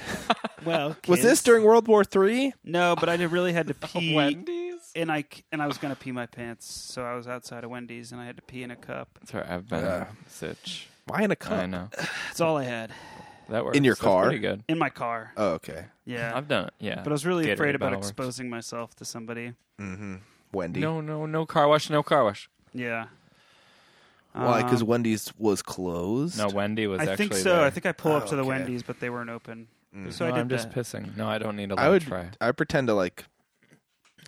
S1: Well,
S3: Was this
S1: kids.
S3: during World War Three?
S1: No, but I did- really had to pee,
S2: Wendy's.
S1: and I c- and I was gonna pee my pants, so I was outside of Wendy's, and I had to pee in a cup.
S2: Sorry, I've been
S3: Yeah.
S2: such.
S3: Why in a
S2: I
S3: cup?
S2: know
S1: That's all I had
S2: that works.
S3: your
S2: That's
S3: car?
S2: Pretty good.
S1: in my car.
S3: Oh, okay.
S1: Yeah,
S2: I've done it. Yeah,
S1: but I was really
S2: Gatorade
S1: afraid about
S2: bottle works.
S1: exposing myself to somebody.
S3: Wendy.
S2: No, no, no car wash. No car wash.
S1: Yeah.
S3: Why? Because
S1: Um,
S3: Wendy's was closed.
S2: No, Wendy was.
S1: I
S2: actually
S1: think so.
S2: There.
S1: I think I pull up to the
S3: okay.
S1: Wendy's, but they weren't open. So
S2: No,
S1: I did
S2: I'm just
S1: that.
S2: pissing. No, I don't need a
S3: I
S2: live
S3: would.
S2: try.
S3: I pretend to like.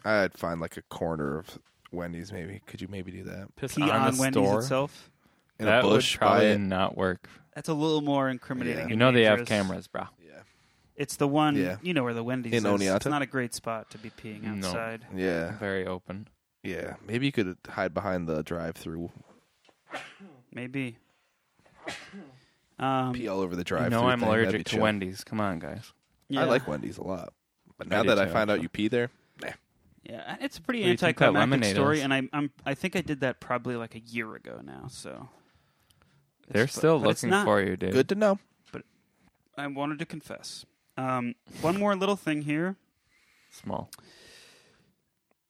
S3: I'd find like a corner of Wendy's. Maybe could you maybe do that
S2: Piss
S1: pee on,
S2: on, the
S1: Wendy's
S2: store.
S1: itself.
S3: in
S2: that
S3: a bush
S2: would probably
S3: by it?
S2: not work.
S1: That's a little more incriminating.
S3: Yeah.
S1: and
S2: You know they have
S1: dangerous.
S2: cameras, bro.
S1: It's the one
S3: Yeah.
S1: you know where the Wendy's is.
S3: In
S1: It's
S3: Oneonta?
S1: not a great spot to be peeing
S2: No.
S1: outside.
S3: Yeah,
S2: Very open.
S3: yeah. Maybe you could hide behind the drive-through,
S1: Maybe. Um,
S3: pee all over the drive-through.
S2: No, I'm
S3: thing. That'd be
S2: allergic to
S3: chill.
S2: Wendy's. Come on, guys.
S1: yeah.
S3: I like Wendy's a lot, but now
S2: do
S3: that I
S2: too,
S3: find out
S2: actually.
S3: you pee there,
S1: Yeah, and it's a pretty
S2: What do you think that
S1: anticlimactic
S2: lemonade
S1: story,
S2: is?
S1: and I'm, I'm I think I did that probably like a year ago now. So
S2: They're
S1: It's fu-
S2: still
S1: but it's
S2: looking
S1: not-
S2: for you, dude.
S3: good to know.
S1: I wanted to confess. Um, one more little thing here.
S2: Small.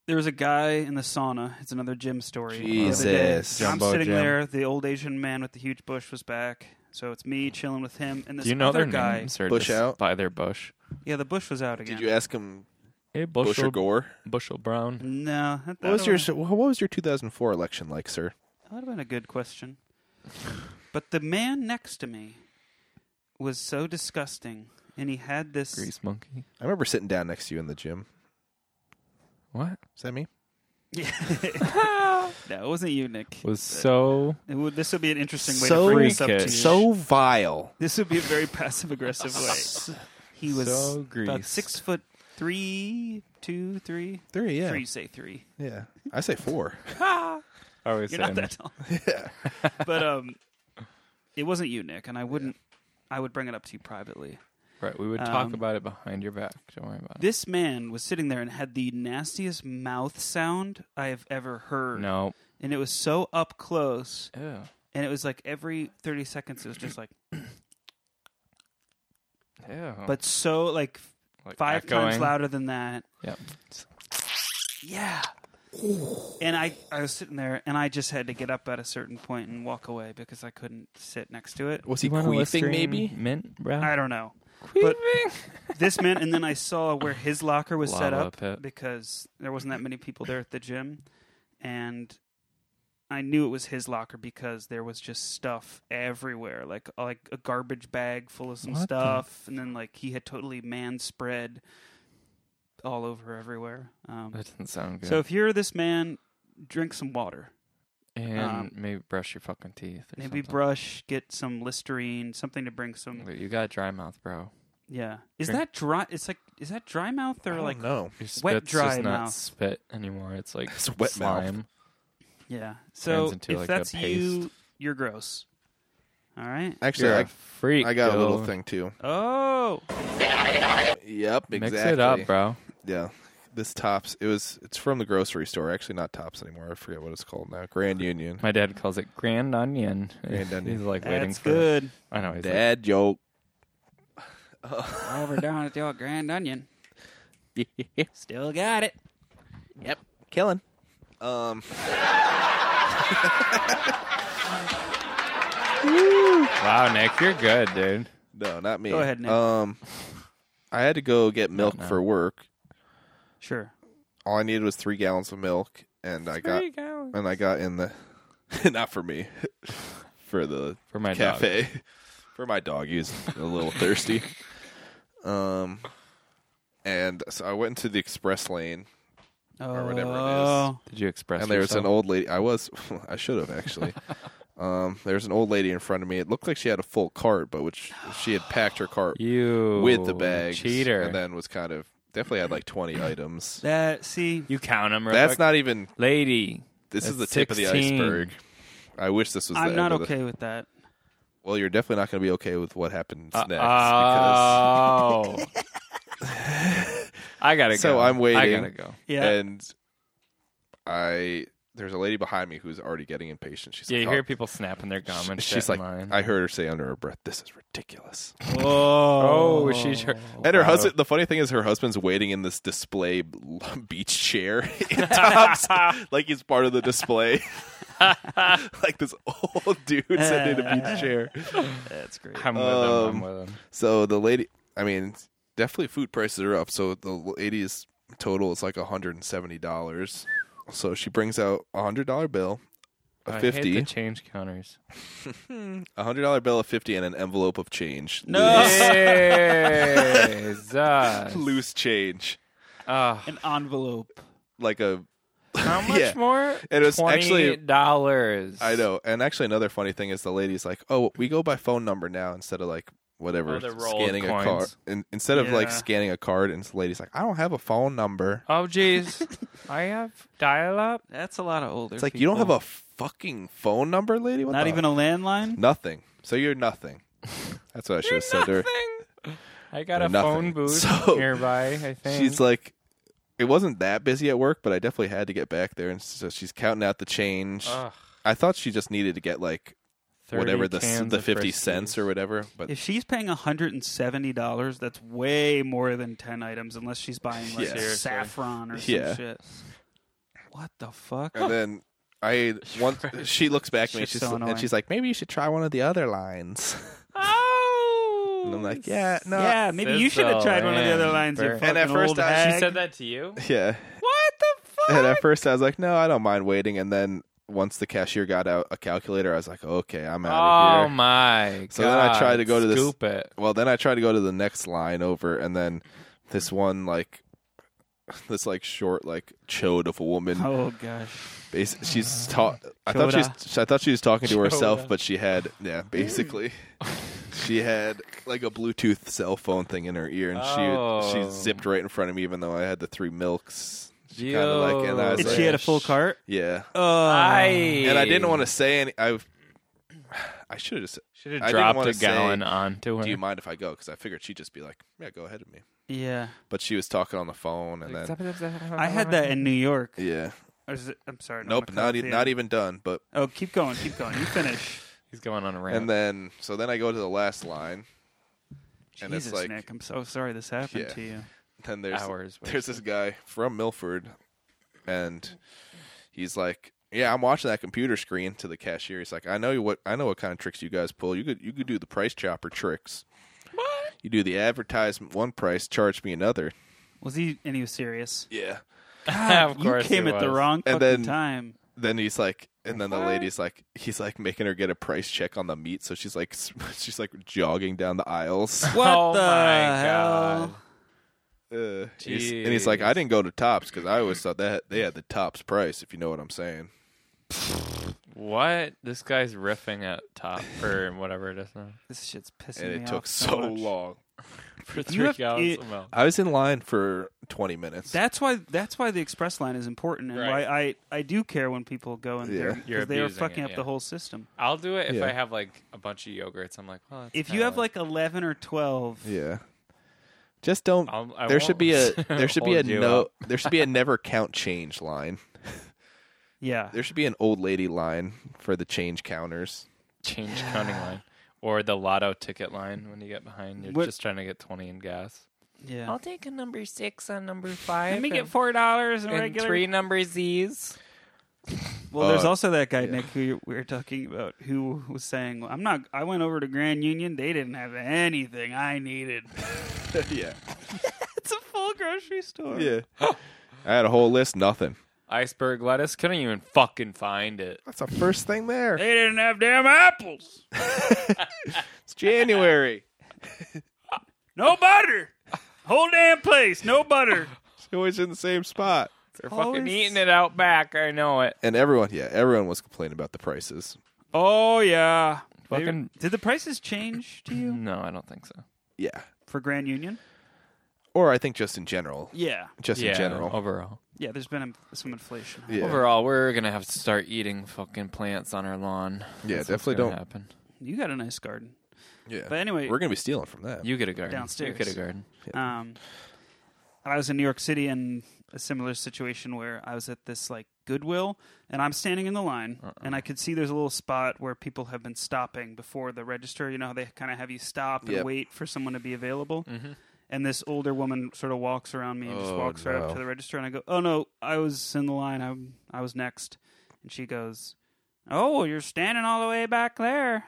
S1: There was a guy in the sauna. It's another gym story. The other day.
S3: Jesus.
S1: I'm
S2: Jumbo
S1: sitting
S2: gym.
S1: there. The old Asian man with the huge bush was back. So it's me chilling with him and this
S2: Do you know
S1: other
S2: their
S1: guy.
S2: names or
S3: Bush
S2: just
S3: out?
S2: by their bush?
S1: Yeah, the bush was out again.
S3: Did you ask him
S2: Hey,
S3: Bush or
S2: bushel,
S3: Gore?
S2: bushel brown.
S1: No. That,
S3: What was your What was your 2004 election like, sir?
S1: That would have been a good question. but the man next to me was so disgusting, and he had this.
S2: Grease monkey.
S3: I remember sitting down next to you in the gym.
S2: What?
S3: Is that me?
S1: no, it wasn't you, Nick.
S2: Was so
S1: It would, this would be an interesting way
S3: So
S1: to bring this up to you.
S2: freakish.
S3: So vile.
S1: This would be a very passive aggressive way. He was
S2: So
S1: about
S2: greased.
S1: six foot three, two, three.
S3: Three, yeah,
S1: Three, say three.
S3: yeah. I say four.
S2: I always
S1: You're
S2: saying
S1: not that tall. but um, it wasn't you, Nick, and I wouldn't. I would bring it up to you privately.
S2: right. We would talk
S1: Um,
S2: about it behind your back. Don't worry about it.
S1: This man was sitting there and had the nastiest mouth sound I have ever heard.
S2: No.
S1: And it was so up close,
S2: Ew.
S1: and it was like every 30 seconds, it was just like,
S2: Ew.
S1: but so like
S2: Oh. Like
S1: five times
S2: echoing.
S1: louder than that.
S2: Yep.
S1: Yeah. And I, I was sitting there, and I just had to get up at a certain point and walk away because I couldn't sit next to it.
S3: Was he
S2: You want a
S3: queefing?
S2: Listerine
S3: Maybe
S2: mint, bro.
S1: I don't know. But this man, and then I saw where his locker was set
S2: Lava
S1: up
S2: pit.
S1: because there wasn't that many people there at the gym, and I knew it was his locker because there was just stuff everywhere, like uh, like a garbage bag full of some
S2: What the-
S1: stuff, and then like he had totally man spread all over everywhere. Um,
S2: That doesn't sound good.
S1: so if you're this man, drink some water.
S2: and
S1: um,
S2: maybe brush your fucking teeth. Or
S1: Maybe um,
S2: something.
S1: brush, get some Listerine, something to bring some.
S2: Wait, You got a dry mouth, bro.
S1: Yeah, is
S2: Drink-
S1: that dry? It's like is that dry mouth or like
S3: no.
S2: Your spit's
S1: Wet, dry
S2: just
S1: mouth.
S2: not spit anymore. It's like
S3: It's wet mouth.
S2: slime.
S1: Yeah. So
S2: into,
S1: if
S2: like, a
S1: that's you,
S2: paste.
S1: you're gross. All right.
S3: Actually,
S2: You're a
S3: I,
S2: freak.
S3: I got a little
S2: yo.
S3: thing too.
S1: Oh,
S3: Yep, exactly.
S2: Mix it up, bro.
S3: Yeah, this tops. It was. It's from the grocery store. Actually, not tops anymore. I forget what it's called now. Grand Union.
S2: My dad calls it grand onion.
S3: Grand onion.
S2: he's like waiting
S1: that's
S2: for.
S1: good.
S2: I know. He's like,
S3: Dad joke.
S1: Over down at the old Grand Onion. Still got it.
S3: Yep, killing. Um.
S2: wow, Nick, you're good, dude.
S3: No, not me.
S1: Go ahead, Nick.
S3: Um, I had to go get milk for work.
S1: Sure.
S3: All I needed was three gallons of milk, and I got and I got in the not for me for the
S2: For my dog.
S3: cafe for my dog. He was a little thirsty. Um, and so I went into the express lane,
S1: Oh,
S3: Or whatever it is.
S2: Did you express?
S3: and there was an
S2: yourself?
S3: old lady. I was I should have actually. um, there was an old lady in front of me. It looked like she had a full cart, but which she had packed her cart
S2: you
S3: with the bags,
S2: cheater.
S3: and then was kind of definitely had like twenty items.
S1: That see,
S2: you count them. Real
S3: That's
S2: quick.
S3: not even.
S2: lady.
S3: This is the
S2: That's
S3: tip of the
S2: 16.
S3: iceberg. I wish this was. the
S1: I'm
S3: end
S1: not
S3: of the-
S1: okay with that.
S3: Well, you're definitely not going to
S2: Uh,
S3: be okay with what happens next.
S2: Oh. I gotta go.
S3: So I'm waiting.
S2: I gotta go.
S1: Yeah.
S3: And I there's a lady behind me who's already getting impatient. She's
S10: Yeah,
S3: like,
S10: you
S3: "Oh."
S10: hear people snapping their gum and
S3: She's
S10: shit
S3: like,
S10: in line.
S3: I heard her say under her breath, "This is ridiculous."
S2: Oh, she's her.
S3: And her husband. The funny thing is, her husband's waiting in this display l- beach chair, in tops, like he's part of the display. like this old dude sitting in a beach chair.
S1: That's great.
S10: I'm with him. I'm
S3: Um,
S10: with him.
S3: So the lady, I mean, definitely food prices are up. So the lady's total is like hundred and seventy dollars. So she brings out a hundred dollar bill, a
S10: I hate
S3: fifty,
S10: the change counters.
S3: a hundred dollar bill, a fifty, and an envelope of change.
S1: No.
S3: Loose-
S2: Jesus.
S3: loose change,
S2: Ah,
S1: An envelope.
S3: like a.
S2: how much
S3: Yeah.
S2: more?
S3: And it's
S2: Twenty
S3: actually
S2: dollars.
S3: I know. And actually, another funny thing is the lady's like, "Oh, we go by phone number now instead of like whatever
S10: Oh, the roll of
S3: scanning a
S10: coins.
S3: card." In, instead of like
S10: Yeah.
S3: scanning a card, and the lady's like, "I don't have a phone number."
S2: Oh, jeez. I have dial up.
S7: That's a lot of older.
S3: It's like you don't have a fucking phone number, lady. What
S1: Not
S3: the-
S1: even a landline.
S3: nothing. So you're nothing. That's what I should have said to her.
S2: I got
S3: Or
S2: a
S3: nothing.
S2: phone booth
S3: So-
S2: nearby. I think
S3: She's like, it wasn't that busy at work, but I definitely had to get back there, and so she's counting out the change.
S2: Ugh.
S3: I thought she just needed to get like
S2: 30
S3: whatever the s-
S2: cans
S3: the
S2: of
S3: fifty
S2: Friskies.
S3: cents or whatever, but
S1: If she's paying hundred and seventy dollars, that's way more than ten items, unless she's buying like
S3: Yeah.
S10: Seriously.
S1: saffron or
S3: Yeah.
S1: some shit.
S7: What the fuck?
S3: And then I once she looks back at me
S1: Shit's
S3: she's,
S1: so annoying.
S3: and she's like, maybe you should try one of the other lines.
S2: Oh.
S3: And I'm like, yeah, no.
S1: yeah, maybe you should have tried one of the other lines. You
S2: And
S1: fucking
S3: at first
S1: old
S3: I- she
S1: hag.
S2: said that to you.
S3: Yeah.
S2: What the fuck?
S3: And at first I was like, no, I don't mind waiting. And then once the cashier got out a calculator, I was like, okay, I'm out of
S1: Um,
S2: Oh
S3: here.
S2: my!
S3: So then I
S2: God,
S3: tried to go to this-
S2: Scoop it.
S3: Well, then I tried to go to the next line over, and then this one, like, this like short like chode of a woman.
S1: Oh gosh.
S3: Basi- she's ta- I thought she's I thought she was talking to herself, but she had yeah, basically she had like a Bluetooth cell phone thing in her ear, and she
S2: Oh.
S3: she zipped right in front of me, even though I had the three milks. She kind of like and I was
S1: Did
S3: like,
S1: she had a full cart?
S3: yeah,
S2: I
S3: and I didn't want to say any. I I should have just.
S10: Should
S3: I
S10: have
S3: didn't
S10: dropped
S3: wanna
S10: a gallon
S3: say,
S10: onto her.
S3: Do you mind if I go? Because I figured she'd just be like, yeah, go ahead of me.
S1: Yeah.
S3: But she was talking on the phone, and then
S1: I had that in New York.
S3: yeah,
S1: Or is it- I'm sorry.
S3: nope, not e- not even done, but.
S1: Oh, keep going, keep going. You finish.
S10: He's going on a rant.
S3: And then, so then I go to the last line, and
S1: Jesus,
S3: it's like,
S1: Nick, I'm so sorry this happened
S3: Yeah.
S1: to you.
S3: then there's
S10: Hours
S3: there's this guy from Milford, and he's like, "Yeah, I'm watching that computer screen." To the cashier, he's like, "I know you what I know what kind of tricks you guys pull. You could you could do the price chopper tricks. What? You do the advertisement one price, charge me another.
S1: Was he? And he was serious.
S3: Yeah.
S2: Ah,
S1: Ah,
S10: of
S1: You
S10: course, he
S1: came at the
S10: was.
S1: wrong
S3: And
S1: fucking
S3: then-
S1: time.
S3: Then he's like, and then the lady's like, he's like making her get a price check on the meat. So she's like, she's like jogging down the aisles.
S1: What
S10: Oh
S1: the
S10: my
S1: hell?
S10: God.
S3: Uh, he's- and he's like, I didn't go to Tops because I always thought that they had the Tops price, if you know what I'm saying.
S10: What? This guy's riffing at top or whatever it is now.
S1: This shit's pissing
S3: And
S1: me
S3: it
S1: off
S3: took
S1: so,
S3: so
S1: much.
S3: long.
S10: For
S1: You
S10: three
S1: have-
S10: gallons
S1: it-
S10: of milk.
S3: I was in line for 20 minutes.
S1: That's why. That's why the express line is important, and
S10: Right.
S1: why I, I do care when people go in there
S3: Yeah.
S10: You're
S1: because they are
S10: abusing
S1: fucking
S10: it,
S1: up
S10: yeah.
S1: the whole system.
S10: I'll do it if
S3: Yeah.
S10: I have like a bunch of yogurts. I'm like, well, that's
S1: If
S10: kinda
S1: you have like eleven or twelve,
S3: yeah. Just don't.
S2: Um,
S10: I'll- I
S3: there should be a
S10: won't
S3: there should be a
S10: hold you
S3: no
S10: up.
S3: there should be a never count change line.
S1: yeah,
S3: There should be an old lady line for the change counters.
S10: change counting line or the lotto ticket line when you get behind. You're
S1: What-
S10: just trying to get twenty in gas.
S1: yeah.
S10: take a number six on number five. Let me
S1: and-
S10: get four dollars
S1: and three
S10: number Z's.
S1: Well, there's
S3: Uh,
S1: also that guy Nick who you- we were talking about who was saying, "I'm not. I went over to Grand Union. They didn't have anything I needed.
S3: yeah.
S1: it's a full grocery store.
S3: Yeah. I had a whole list, nothing.
S10: Iceberg lettuce couldn't even fucking find it.
S3: That's the first thing there.
S1: They didn't have damn apples.
S3: It's January.
S1: No butter. Whole damn place. No butter.
S3: It's always in the same spot.
S10: They're
S1: Always-
S10: fucking eating it out back. I know it.
S3: And everyone, yeah, everyone was complaining about the prices.
S1: Oh yeah. They-
S10: Fucking-
S1: did the prices change to you
S10: No, I don't think so.
S3: Yeah.
S1: for Grand Union?
S3: Or I think just in general.
S1: Yeah.
S3: Just
S10: yeah,
S3: in general.
S2: Oh,
S10: overall.
S1: Yeah. There's been um, some inflation.
S3: Yeah,
S10: Overall, we're gonna have to start eating fucking plants on our lawn.
S3: yeah
S10: That's what's
S3: definitely
S10: gonna
S3: don't.
S10: happen.
S1: You got a nice garden.
S3: Yeah,
S1: But anyway-
S3: we're gonna be stealing from that.
S10: You get a garden.
S1: Downstairs.
S10: You get a garden.
S1: Um, I was in New York City in a similar situation where I was at this like Goodwill and I'm standing in the line
S3: Uh-uh.
S1: and I could see there's a little spot where people have been stopping before the register. You know how they kind of have you stop and
S3: Yep. Mm-hmm.
S1: wait for someone to be available. And this older woman sort of walks around me and just
S3: Oh,
S1: walks right up
S3: no.
S1: to the register and I go, "Oh no, I was in the line. I I was next." And she goes, "Oh, you're standing all the way back there."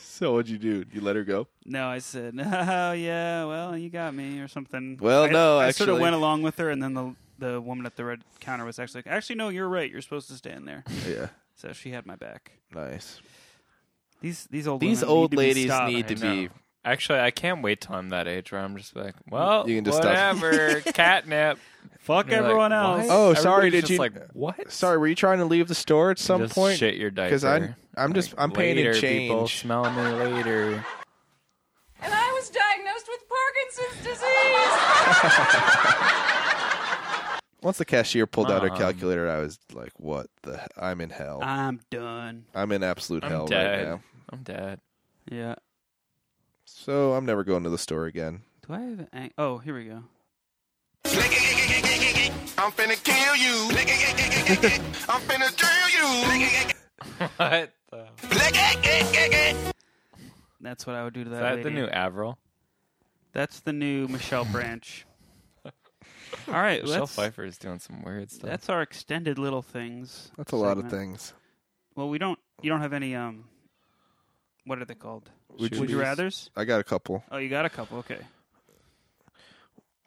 S3: So what'd you do? You let her go?
S1: No, I said, "Oh yeah, well, you got me," or something.
S3: Well,
S1: I,
S3: no,
S1: I sort of
S3: actually-
S1: went along with her, and then the the woman at the red counter was actually like, "Actually, no, you're right. You're supposed to stand there."
S3: Yeah.
S1: So she had my back.
S3: Nice.
S1: These these old
S3: These
S1: women
S3: old
S1: need to be
S3: ladies
S1: stopped.
S3: need to be.
S2: Actually, I can't wait till I'm that age where I'm just like, well,
S3: You can just stop.
S2: whatever, catnip.
S1: fuck
S2: They're like,
S1: everyone
S2: "What?"
S1: else.
S3: Oh, sorry,
S2: Everybody's
S3: did
S2: just
S3: you-
S2: Like what?
S3: Sorry, were you trying to leave the store at some
S2: just
S3: point?
S2: Shit your diaper.
S3: Because I'm, I'm just, I'm paying
S2: later,
S3: in change.
S2: People smell me later.
S10: And I was diagnosed with Parkinson's disease.
S3: Once the cashier pulled out her
S2: Mom.
S3: calculator, I was like, "What the? he- I'm in hell.
S1: I'm done.
S3: I'm in absolute
S2: I'm
S3: hell
S2: dead.
S3: right now.
S2: I'm dead.
S1: Yeah.
S3: So I'm never going to the store again."
S1: Do I have? Ang- oh, here we go.
S9: I'm finna kill you. I'm finna drill
S2: What? The?
S9: you.
S1: That's what I would do to that.
S2: Is that
S1: lady.
S2: the new Avril?
S1: That's the new Michelle Branch. All right, well,
S2: Michelle
S1: that's,
S2: Pfeiffer is doing some weird stuff.
S1: that's our extended little things.
S3: That's a lot of
S1: segment.
S3: things.
S1: Well, we don't. You don't have any. Um, what are they called?
S3: Would you-
S1: Would you rather's?
S3: I got a couple.
S1: Oh, you got a couple. Okay.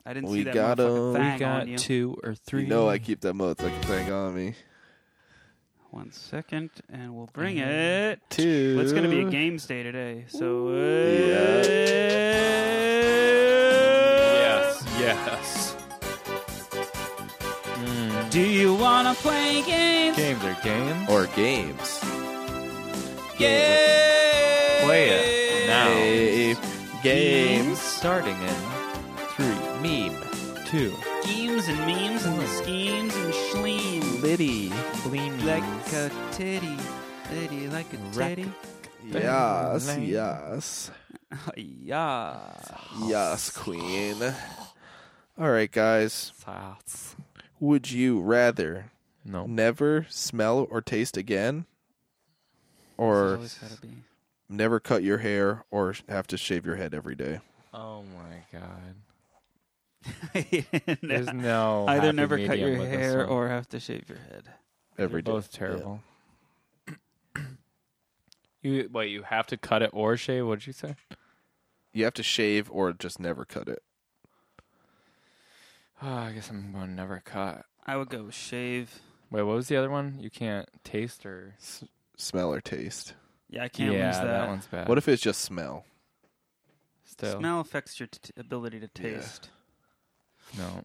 S1: I didn't
S3: We
S1: see that
S3: got
S1: motherfucking
S3: 'em.
S1: thing
S2: we got
S1: on you.
S2: two or three.
S3: You know, I keep that motherfucking thing on me.
S1: One second, and we'll bring it.
S3: Two.
S1: Well, it's going to be a games day today, so
S2: Yes. Yes.
S1: uh, do you want to play games?
S2: Games are games.
S3: Or games.
S2: Play it now.
S3: Game. Game.
S2: Starting in three. Meme. Two.
S1: Schemes and memes and schemes and schlemes.
S3: Liddy.
S2: Bleem.
S1: Like a titty, titty like a titty.
S3: Yes, yes.
S1: yeah.
S3: Yes, queen. All right, guys.
S2: Sauce.
S3: Would you rather
S2: No.
S3: never smell or taste again? Or
S1: Always gotta be.
S3: never cut your hair or have to shave your head every day?
S2: Oh my god.
S1: Yeah.
S2: There's no.
S1: Either
S2: happy
S1: never cut
S2: medium
S1: your
S2: with this
S1: hair
S2: one.
S1: or have to shave your head.
S3: Every
S2: They're
S3: day.
S2: both terrible. you wait. You have to cut it or shave. What'd you say?
S3: You have to shave or just never cut it.
S2: Oh, I guess I'm going to never cut.
S1: I would go with shave.
S2: Wait, what was the other one? You can't taste or
S3: Smell or taste.
S1: Yeah, I can't
S2: yeah,
S1: lose that.
S2: one's bad.
S3: What if it's just smell?
S2: Still,
S1: Smell affects your t- t- ability to taste.
S2: no.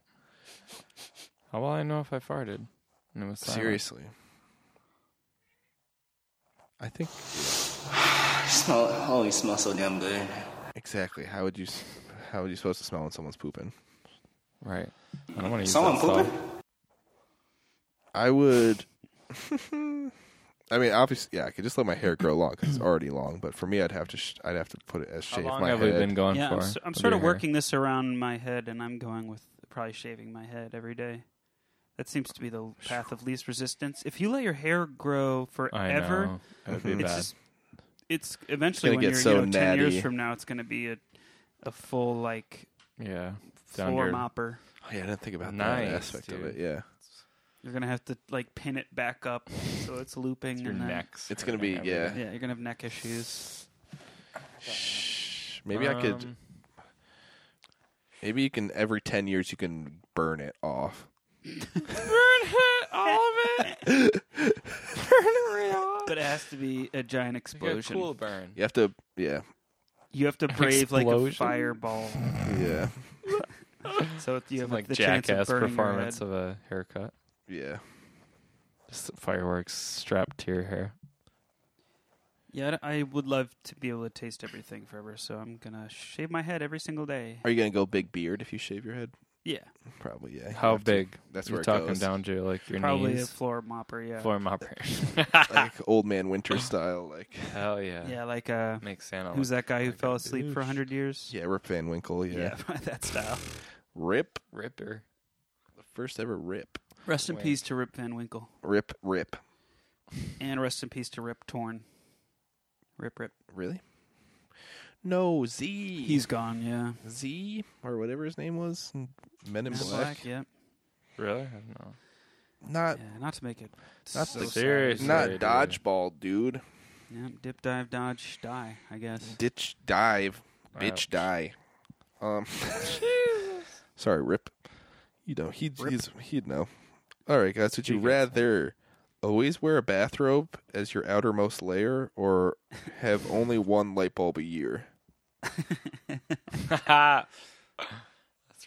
S2: How will I know if I farted? And it was silent.
S3: Seriously. I think
S8: Smell, holy smell so damn good.
S3: exactly. How would you s- how are you supposed to smell when someone's pooping?
S2: right? I don't want to use
S8: Someone
S2: that song.
S8: pooping?
S3: I would I mean, obviously, yeah, I could just let my hair grow long cuz it's already long, but for me I'd have to sh- I'd have to put it as
S2: How
S3: shave
S2: long
S3: my
S2: have
S3: head.
S2: we been going
S1: Yeah,
S2: for?
S1: I'm, s am
S2: with
S1: sort
S2: your
S1: of
S2: hair?
S1: working this around my head, and I'm going with probably shaving my head every day. That seems to be the path of least resistance. If you let your hair grow
S2: I
S1: forever,
S2: know. It would be
S1: it's
S2: bad.
S1: just it's eventually
S3: gonna
S1: when
S3: get
S1: you're
S3: so
S1: you know, ten years
S3: natty.
S1: from now, it's going to be a a full like
S2: yeah. Down
S1: floor
S2: your-
S1: mopper.
S3: oh, yeah, I didn't think about
S2: Nice,
S3: that aspect of it.
S2: dude.
S3: Yeah.
S1: You're gonna have to like pin it back up so it's looping.
S2: Your
S1: and then-
S2: necks.
S3: It's going to be yeah.
S1: Yeah, you're gonna have neck issues.
S3: Shh. Maybe I could
S2: Um,
S3: maybe you can every 10 years you can burn it off.
S2: all of it.
S1: But it has to be a giant explosion.
S2: cool burn.
S3: You have to yeah.
S1: You have to brave like a
S2: explosion?
S1: fireball,
S3: Yeah.
S1: so if you have
S2: like
S1: the chance
S2: jackass
S1: of burning
S2: performance
S1: Your
S2: of a haircut.
S3: Yeah.
S2: Just fireworks strapped to your hair.
S1: head. Yeah, I I would love to be able to taste everything forever, so I'm gonna shave my head every single day.
S3: Are you going to go big beard if you shave your head?
S1: Yeah.
S3: Probably, yeah.
S2: How big?
S3: That's
S2: You're
S3: where it
S2: talking
S3: goes.
S2: down to like your
S1: Probably
S2: knees.
S1: a floor mopper, yeah.
S2: Floor mopper.
S3: like old man winter style, like
S2: Hell yeah.
S1: Yeah, like uh
S2: Makes Santa.
S1: who's that
S2: look
S1: guy who
S2: like a
S1: fell asleep for
S2: douche.
S1: 100 years?
S3: yeah, Rip Van Winkle, yeah.
S1: yeah that style.
S3: Rip,
S2: Ripper.
S3: the first ever Rip,
S1: Rest in
S2: Wait.
S1: peace to Rip Van Winkle.
S3: Rip, Rip.
S1: And rest in peace to Rip Torn. Rip Rip.
S3: Really? No Z.
S1: He's gone, yeah.
S3: Z or whatever his name was. Men in
S1: Matt
S3: Black.
S1: Black, yeah.
S2: Really? I don't know.
S3: Not
S1: yeah. Not to make it
S3: Not
S1: so
S3: the
S1: sad.
S2: serious-
S3: not
S2: Sorry, dude.
S3: dodgeball, dude.
S1: Yeah, dip, dive, dodge, die, I guess.
S3: Ditch dive, bitch die. Um, sorry, Rip. You know he he's, he'd know. All right, guys. Would you rather always wear a bathrobe as your outermost layer, or have only one light bulb a year?
S2: That's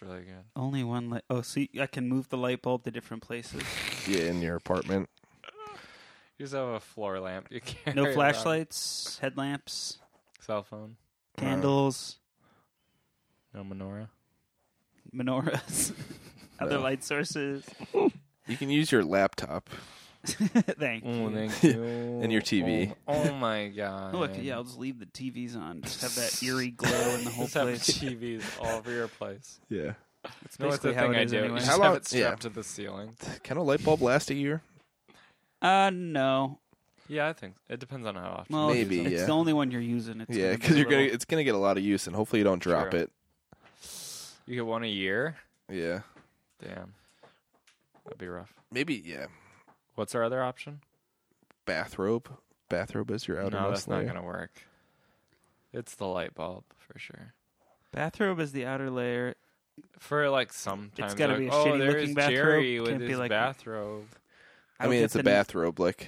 S2: really good.
S1: Only one light. Oh, see, I can move the light bulb to different places.
S3: Yeah, in your apartment.
S2: You just have a floor lamp. You can't.
S1: No flashlights, headlamps,
S2: Cell phone.
S1: candles,
S2: No menorah.
S1: menorahs, other light sources.
S3: You can use your laptop.
S1: Thank
S2: Oh,
S1: you.
S2: thank you.
S3: And your TV.
S2: Oh, oh my god.
S1: Look, yeah, I'll just leave the TVs on. Just have that eerie glow in the whole
S2: Just have
S1: place.
S2: TVs all over your place.
S3: Yeah.
S1: That's
S2: No, it's
S1: basically
S2: the
S1: how
S2: thing
S1: it
S2: I
S1: is
S2: do. You
S1: anyway.
S2: just
S3: How long-
S2: have it strapped
S3: yeah.
S2: to the ceiling.
S3: Can a light bulb last a year?
S1: Uh, no.
S2: Yeah, I think it depends on how often.
S1: Well,
S3: Maybe,
S1: it's
S3: yeah.
S1: the only one you're using. It's
S3: Yeah,
S1: gonna be
S3: because you're
S1: little.
S3: gonna it's gonna get a lot of use, and hopefully you don't drop
S2: True.
S3: it.
S2: you get one a year.
S3: Yeah,
S2: Damn, that'd be rough.
S3: maybe yeah.
S2: What's our other option?
S3: Bathrobe, bathrobe is your
S2: no,
S3: outermost
S2: that's not
S3: layer.
S2: gonna work. It's the light bulb for sure.
S1: Bathrobe is the outer layer.
S2: For like sometimes,
S1: gotta
S2: like,
S1: be a
S2: oh,
S1: shitty
S2: there's
S1: looking
S2: Jerry
S1: bathrobe.
S2: with
S1: Can't be
S2: his
S1: like-
S2: bathrobe.
S3: I
S1: would
S3: mean,
S1: get
S3: it's a
S1: the-
S3: bathrobe. Like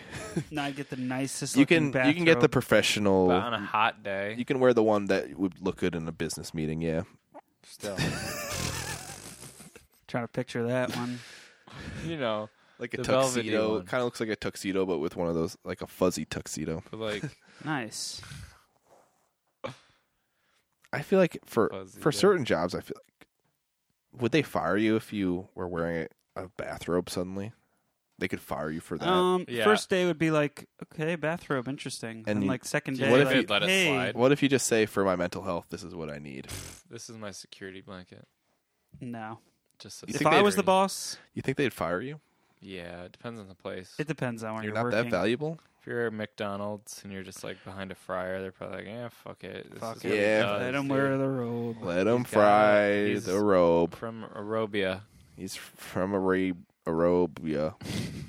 S1: No, I get the nicest.
S3: you can
S1: looking
S3: you can get the
S1: bathrobe.
S3: professional.
S2: But on a hot day,
S3: you can wear the one that would look good in a business meeting. Yeah,
S2: still,
S1: Trying to picture that one.
S2: you know,
S3: like a
S2: The velvety
S3: tuxedo.
S2: one.
S3: Kind of looks like a tuxedo, but with one of those like a fuzzy tuxedo.
S2: but like
S1: Nice.
S3: I feel like for
S2: Fuzzy,
S3: for
S2: yeah.
S3: certain jobs, I feel like would they fire you if you were wearing a, a bathrobe suddenly? They could fire you for that.
S1: Um,
S2: Yeah.
S1: first day would be like, okay, bathrobe, interesting. And,
S3: you-
S1: like second
S2: Yeah,
S1: day,
S3: what if
S1: like,
S3: you'd
S2: let it
S1: hey,
S2: slide?
S3: what if you just say, for my mental health, this is what I need?
S2: this is my security blanket.
S1: No.
S2: Just
S3: You
S1: if
S3: think
S1: I
S3: they'd-
S1: was the boss,
S3: You think they'd fire you?
S2: Yeah, it depends on the place.
S1: it depends on where
S3: You're
S1: you're,
S3: not
S1: working.
S3: that valuable.
S2: if you're at McDonald's and you're just like behind a fryer, they're probably like, yeah, fuck it. This
S1: Fuck
S2: is
S1: it.
S2: what he
S3: Yeah.
S2: does,
S1: Let him
S2: dude."
S1: wear the robe.
S3: Let him
S2: got-
S3: fry
S2: he's-
S3: the robe.
S2: From Arabia.
S3: He's from a robe. A robe. Yeah,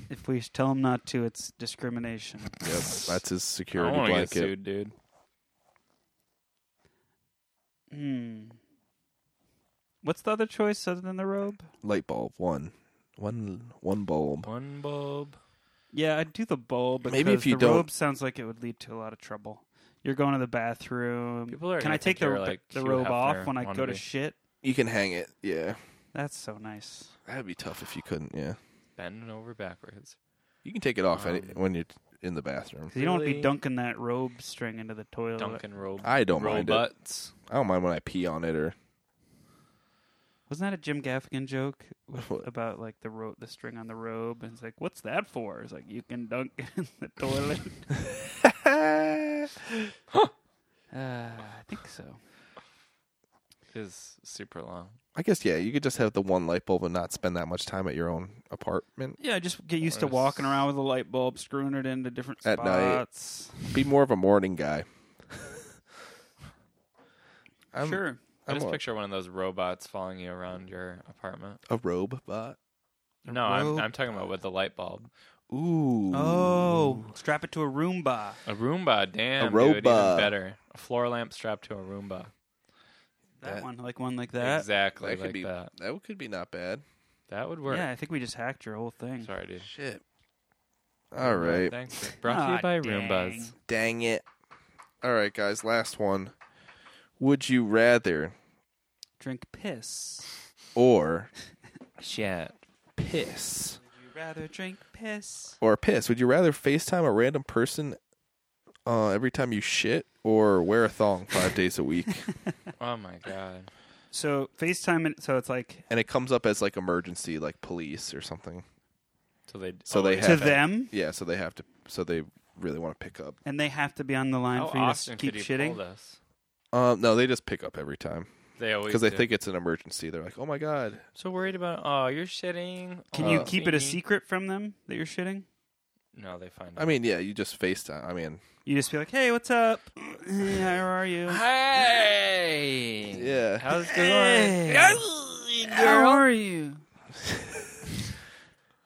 S1: If we tell him not to, it's discrimination.
S3: yep. That's his
S2: I
S3: security
S2: don't want to get
S3: blanket.
S2: sued, dude.
S1: Hmm. What's the other choice other than the robe?
S3: Light bulb. One. One. One bulb.
S2: One bulb.
S1: Yeah, I'd do the bulb. Because
S3: Maybe if you
S1: the
S3: don't-
S1: robe sounds like it would lead to a lot of trouble. You're going to the bathroom.
S2: People are
S1: Can
S2: gonna
S1: I take
S2: think
S1: the
S2: you're, like,
S1: the
S2: Hugh
S1: robe
S2: Hefner
S1: off when I go to
S2: wannabe.
S1: shit?
S3: You can hang it. Yeah,
S1: That's so nice.
S3: that'd be tough if you couldn't. Yeah,
S2: Bending over backwards.
S3: you can take it off any,
S2: Um,
S3: when you're in the bathroom.
S1: 'Cause You don't want to
S2: Really?
S1: be dunking that robe string into the toilet.
S2: Duncan robe.
S3: I don't mind it.
S2: Robots.
S3: I don't mind when I pee on it or
S1: Wasn't that a Jim Gaffigan joke with- about like the ro- the string on the robe? And it's like, what's that for? It's like you can dunk it in the toilet. uh, I think so.
S2: Is super long.
S3: I guess yeah, you could just have the one light bulb and not spend that much time at your own apartment.
S1: Yeah, just get used to
S2: Or
S1: walking around with a light bulb, screwing it into different
S3: At night.
S1: spots.
S3: Be more of a morning guy. I'm
S1: sure.
S2: I
S3: I'm
S2: just
S3: a-
S2: picture one of those robots following you around your apartment.
S3: a robe, but
S2: No, I'm, I'm talking about with the light bulb.
S3: ooh,
S1: Oh, strap it to a Roomba.
S2: A Roomba, damn, dude, even
S3: Roomba.
S2: better. A floor lamp strapped to a Roomba.
S1: That,
S3: That-
S1: one, like one like that.
S2: exactly
S3: that could
S2: like
S3: be
S2: that.
S3: that. could be not bad.
S2: That would work.
S1: Yeah, I think we just hacked your whole thing.
S2: Sorry, dude.
S3: Shit. All right,
S2: Thanks. Brought to you
S1: Ah,
S2: by
S1: dang.
S2: Roombas.
S3: dang it. All right, guys, last one. Would you rather
S1: Drink piss.
S3: or
S2: Shit.
S3: piss
S1: Would you rather drink piss?
S3: or piss? Would you rather FaceTime a random person uh, every time you shit or wear a thong five days a week?
S2: Oh my god.
S1: So FaceTime, and- so it's like
S3: and it comes up as like emergency, like police or something.
S2: So they
S3: so they
S1: To
S3: have
S1: them?
S3: Yeah, so they have to. So they really want to pick up.
S1: and they have to be on the line
S2: How
S1: for you to
S2: often
S1: keep
S2: could he
S1: shitting.
S2: pull this?
S3: Um, no, they just pick up every time.
S2: They always
S3: because they
S2: do.
S3: think it's an emergency. They're like, oh my god.
S2: So worried about? Oh, you're shitting.
S1: Can
S2: Oh,
S1: you keep it a
S2: thingy.
S1: secret from them that you're shitting?
S2: No, they find.
S3: I mean, yeah, you just FaceTime. I mean,
S1: You just be like, "Hey, what's up? Hey, How are you?
S2: Hey,
S3: yeah.
S2: how's it
S1: Hey.
S2: going?
S1: How are you?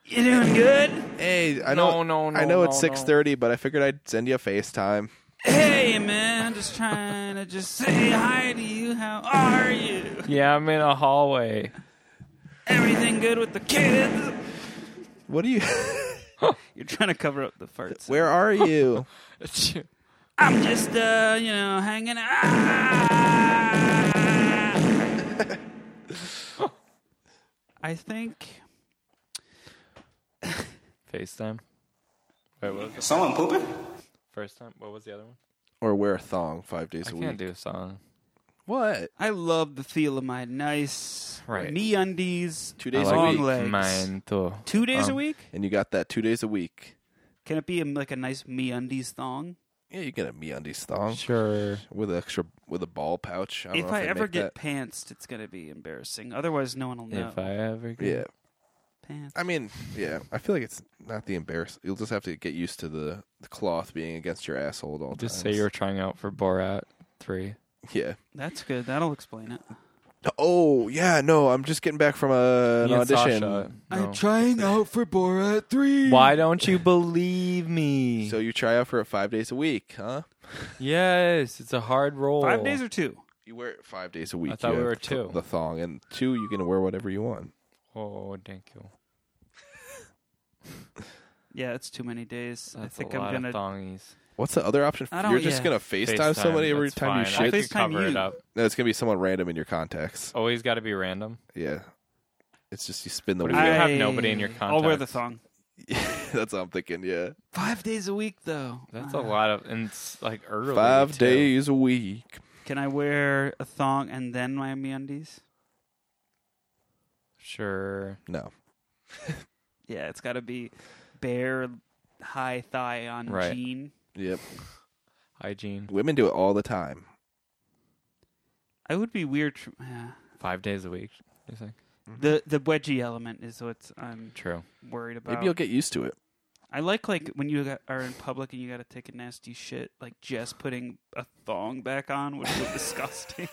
S1: you doing good?
S3: Hey, I know.
S2: No, no, no,
S3: I know it's
S2: no,
S3: six
S2: no.
S3: thirty, but I figured I'd send you a FaceTime.
S1: Hey, man, just trying to just say hi to you. How are you?
S2: Yeah, I'm in a hallway.
S1: Everything good with the kids?
S3: What are you?
S1: You're trying to cover up the farts.
S3: Where are you?
S1: I'm just, uh, you know, hanging out. I think
S2: FaceTime. Wait, what was the
S8: Someone pooping?
S2: first time? What was the other one?
S3: or wear a thong five days
S2: I
S3: a
S2: can't
S3: week?
S2: do a song.
S3: What?
S1: I love the feel of my nice
S2: Right.
S1: knee undies.
S3: Two days
S1: long
S3: a week.
S1: legs.
S2: Mine too.
S1: Two days a
S2: Um,
S1: week?
S3: And you got that two days a week.
S1: Can it be a, like a nice me undies thong?
S3: Yeah, you get a MeUndies thong
S2: Sure.
S3: with extra with a ball pouch. I don't
S1: if
S3: know
S1: I
S3: if they
S1: ever
S3: make
S1: get
S3: that.
S1: pantsed, it's gonna be embarrassing. Otherwise, no one will know.
S2: If I ever get
S3: yeah,
S1: Pants.
S3: I mean, yeah, I feel like it's not the embarrass. You'll just have to get used to the, the cloth being against your asshole at all
S2: Just say
S3: times.
S2: you were trying out for Borat three.
S3: yeah.
S1: That's good. That'll explain it.
S3: Oh yeah, no, I'm just getting back from a, an
S2: Me and
S3: audition.
S2: Sasha, no.
S1: trying out for Borat three.
S2: Why don't you believe me?
S3: So you try out for it five days a week, huh?
S2: yes, it's a hard roll.
S1: Five days or two?
S3: You wear it five days a week.
S2: thought
S3: you
S2: we
S3: have
S2: were
S3: the th-
S2: two.
S3: The thong and two, you can wear whatever you want.
S2: Oh, thank you.
S1: Yeah, it's too many days.
S2: That's
S1: I think
S2: a
S1: I'm
S2: lot
S1: gonna.
S2: of thongies.
S3: What's the other option?
S1: I don't-
S3: You're just
S1: yeah.
S3: gonna FaceTime, somebody every
S2: that's
S3: time
S2: fine.
S3: you
S2: I
S3: shit.
S2: could
S1: FaceTime
S2: cover it
S1: you.
S2: up.
S3: No, it's gonna be someone random in your contacts.
S2: Always got to be random.
S3: Yeah, it's just you spin the
S2: What
S3: wheel.
S2: if you have
S1: I-
S2: nobody in your
S1: I'll wear the
S2: contacts?
S1: thong.
S3: That's what I'm thinking. Yeah,
S1: Five days a week though.
S2: That's
S1: Ah.
S2: a lot of and it's like early.
S3: five
S2: too.
S3: days a week.
S1: Can I wear a thong and then my undies?
S2: Sure.
S3: No,
S1: Yeah, it's got to be bare, high thigh on
S2: Right.
S1: jean.
S3: yep.
S2: Hygiene.
S3: Women do it all the time.
S1: I would be weird. Tr- yeah.
S2: Five days a week. You think?
S1: The the wedgie element is what I'm
S2: True.
S1: worried about.
S3: Maybe you'll get used to it.
S1: I like like when you got, are in public and you got to take a nasty shit. Like just putting a thong back on would be disgusting.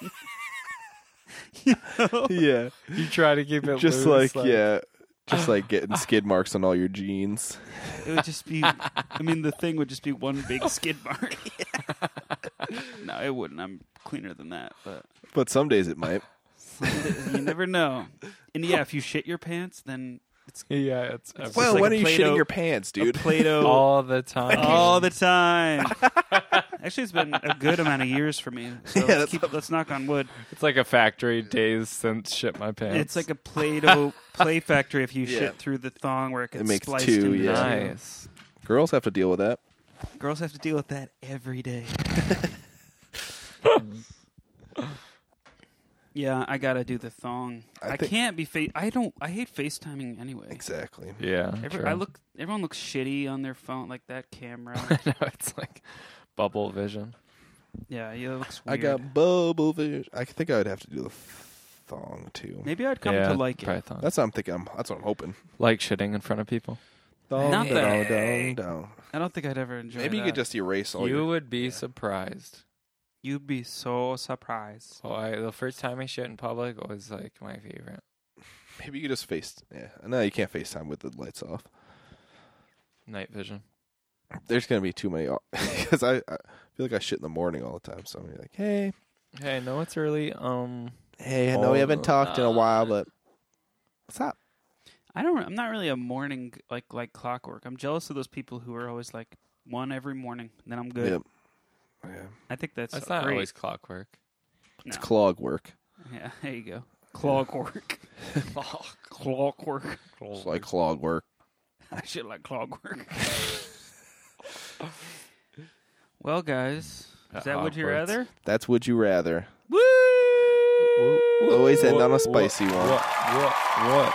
S1: you know?
S3: Yeah,
S2: You try to keep it
S3: just like, yeah, just like getting skid marks on all your jeans.
S1: It would just be. I mean, the thing would just be one big skid mark. no, it wouldn't. I'm cleaner than that, but
S3: But some days it might.
S1: you never know. And yeah, if you shit your pants, then
S2: yeah. It's,
S1: It's
S2: every-
S1: just like a Play-Doh-
S3: pants,
S1: a Play-Doh
S2: all the time.
S1: all the time. Actually, it's been a good amount of years for me. So
S3: Yeah,
S1: let's,
S3: that's
S1: keep, let's knock on wood.
S2: It's like a factory days since shit my pants.
S1: It's like a Play-Doh play factory. If you
S3: Yeah.
S1: shit through the thong where it gets
S3: makes
S1: spliced
S3: two,
S1: into
S3: yeah.
S2: nice.
S3: Girls have to deal with that.
S1: two. Girls have to deal with that every day. yeah, I gotta do the thong. I,
S3: I think-
S1: can't be fa- I don't. I hate FaceTiming anyway.
S3: Exactly.
S2: Yeah.
S1: Every,
S2: true.
S1: I look. Everyone looks shitty on their phone, like that camera.
S2: no, it's like bubble vision.
S1: yeah, yeah, it looks
S3: I
S1: weird.
S3: got bubble vision. I think I would have to do the thong too.
S1: Maybe I'd come to like it.
S2: probably thong.
S3: That's what I'm thinking. I'm, that's what I'm hoping.
S2: like shitting in front of people.
S3: Thong,
S1: Not
S3: dong,
S1: that-
S3: dong, dong.
S1: I don't think I'd ever enjoy.
S3: Maybe you
S1: that.
S3: could just erase all
S2: you
S3: your.
S2: would be surprised.
S1: You'd be so surprised.
S2: Oh, I, the first time I shit in public was like my favorite.
S3: Maybe you could just face. Yeah. No, you can't FaceTime with the lights off.
S2: Night vision.
S3: There's gonna be too many because I, I feel like I shit in the morning all the time. So I'm gonna be like, hey,
S2: Hey, I know it's early. Um,
S3: hey, I
S2: Oh,
S3: know we haven't talked in a while, but what's up?
S1: I don't. I'm not really a morning like like clockwork. I'm jealous of those people who are always like one every morning, and then I'm good.
S3: Yep. Yeah.
S1: I think that's,
S2: that's not
S1: great.
S2: always clockwork.
S3: It's
S1: No.
S3: clog work.
S1: Yeah, there you go. Clockwork. clockwork.
S3: It's like clog work.
S1: I should like clockwork. well, guys, is that what you're
S2: Awkward.
S1: rather?
S3: That's would you rather.
S1: Woo!
S3: Always end on a spicy one.
S2: What? What? What?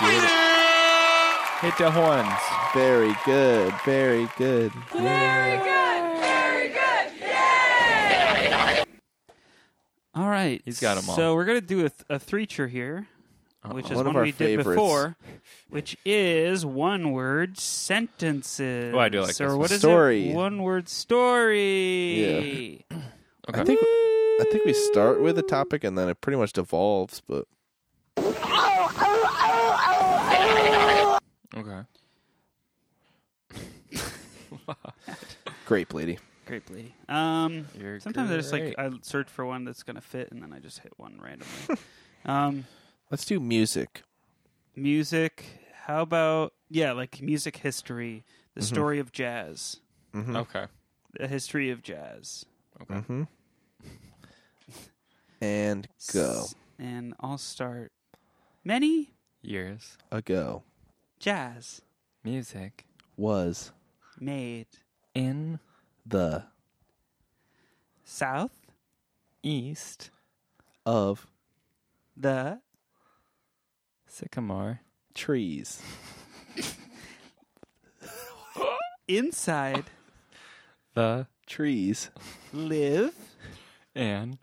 S2: Get it. Hit the horns.
S3: Very good. Very good.
S11: Very good. Very good. Yay!
S1: All right.
S2: He's got 'em all.
S1: So we're going to do a, th- a threacher here, which is one,
S3: One of our
S1: we
S3: favorites.
S1: did before, which is one word sentences.
S2: Oh, I do like this
S1: Or
S2: one.
S1: what is
S3: Story.
S1: it? One word story. Yeah.
S3: I think I think we start with a topic and then it pretty much devolves. But
S2: Okay.
S3: grape lady.
S1: Grape lady. Um,
S2: You're
S1: sometimes I just like
S2: great.
S1: I search for one that's going to fit, and then I just hit one randomly. um,
S3: Let's do music.
S1: music. How about yeah, like music history, the
S2: Mm-hmm.
S1: story of jazz,
S3: Mm-hmm.
S2: Okay.
S1: the history of jazz,
S3: And go.
S1: and I'll start. Many
S2: Years.
S3: A go.
S1: jazz
S2: Music.
S3: Was
S1: made
S2: In.
S3: the
S1: south
S2: East.
S3: of
S1: the
S2: Sycamore.
S3: trees.
S1: inside
S2: The.
S3: Trees.
S1: live
S2: And.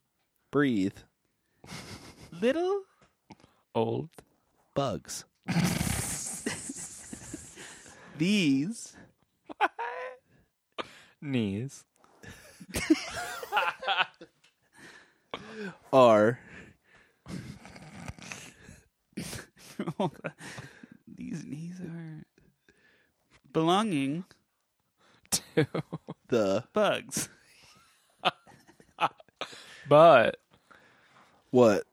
S3: Breathe.
S1: little
S2: Old.
S3: Bugs.
S1: these
S2: Knees.
S3: Are
S1: these knees are belonging
S3: the
S1: bugs
S2: But.
S3: what?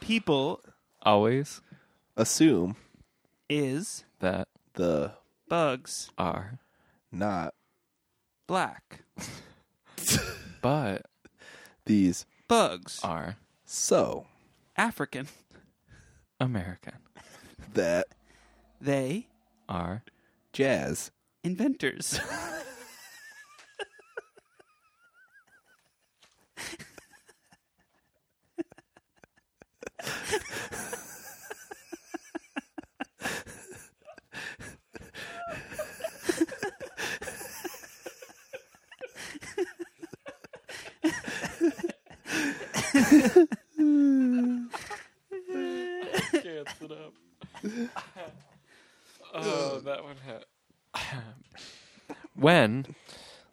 S1: people
S2: Always.
S3: Assume
S1: is
S2: That.
S3: the
S1: bugs
S2: Are.
S3: not
S1: black
S2: But.
S3: these
S1: bugs
S2: Are.
S3: so
S1: african
S2: American.
S3: that
S1: they
S2: Are.
S3: jazz
S1: inventors
S2: Oh, that one hit. when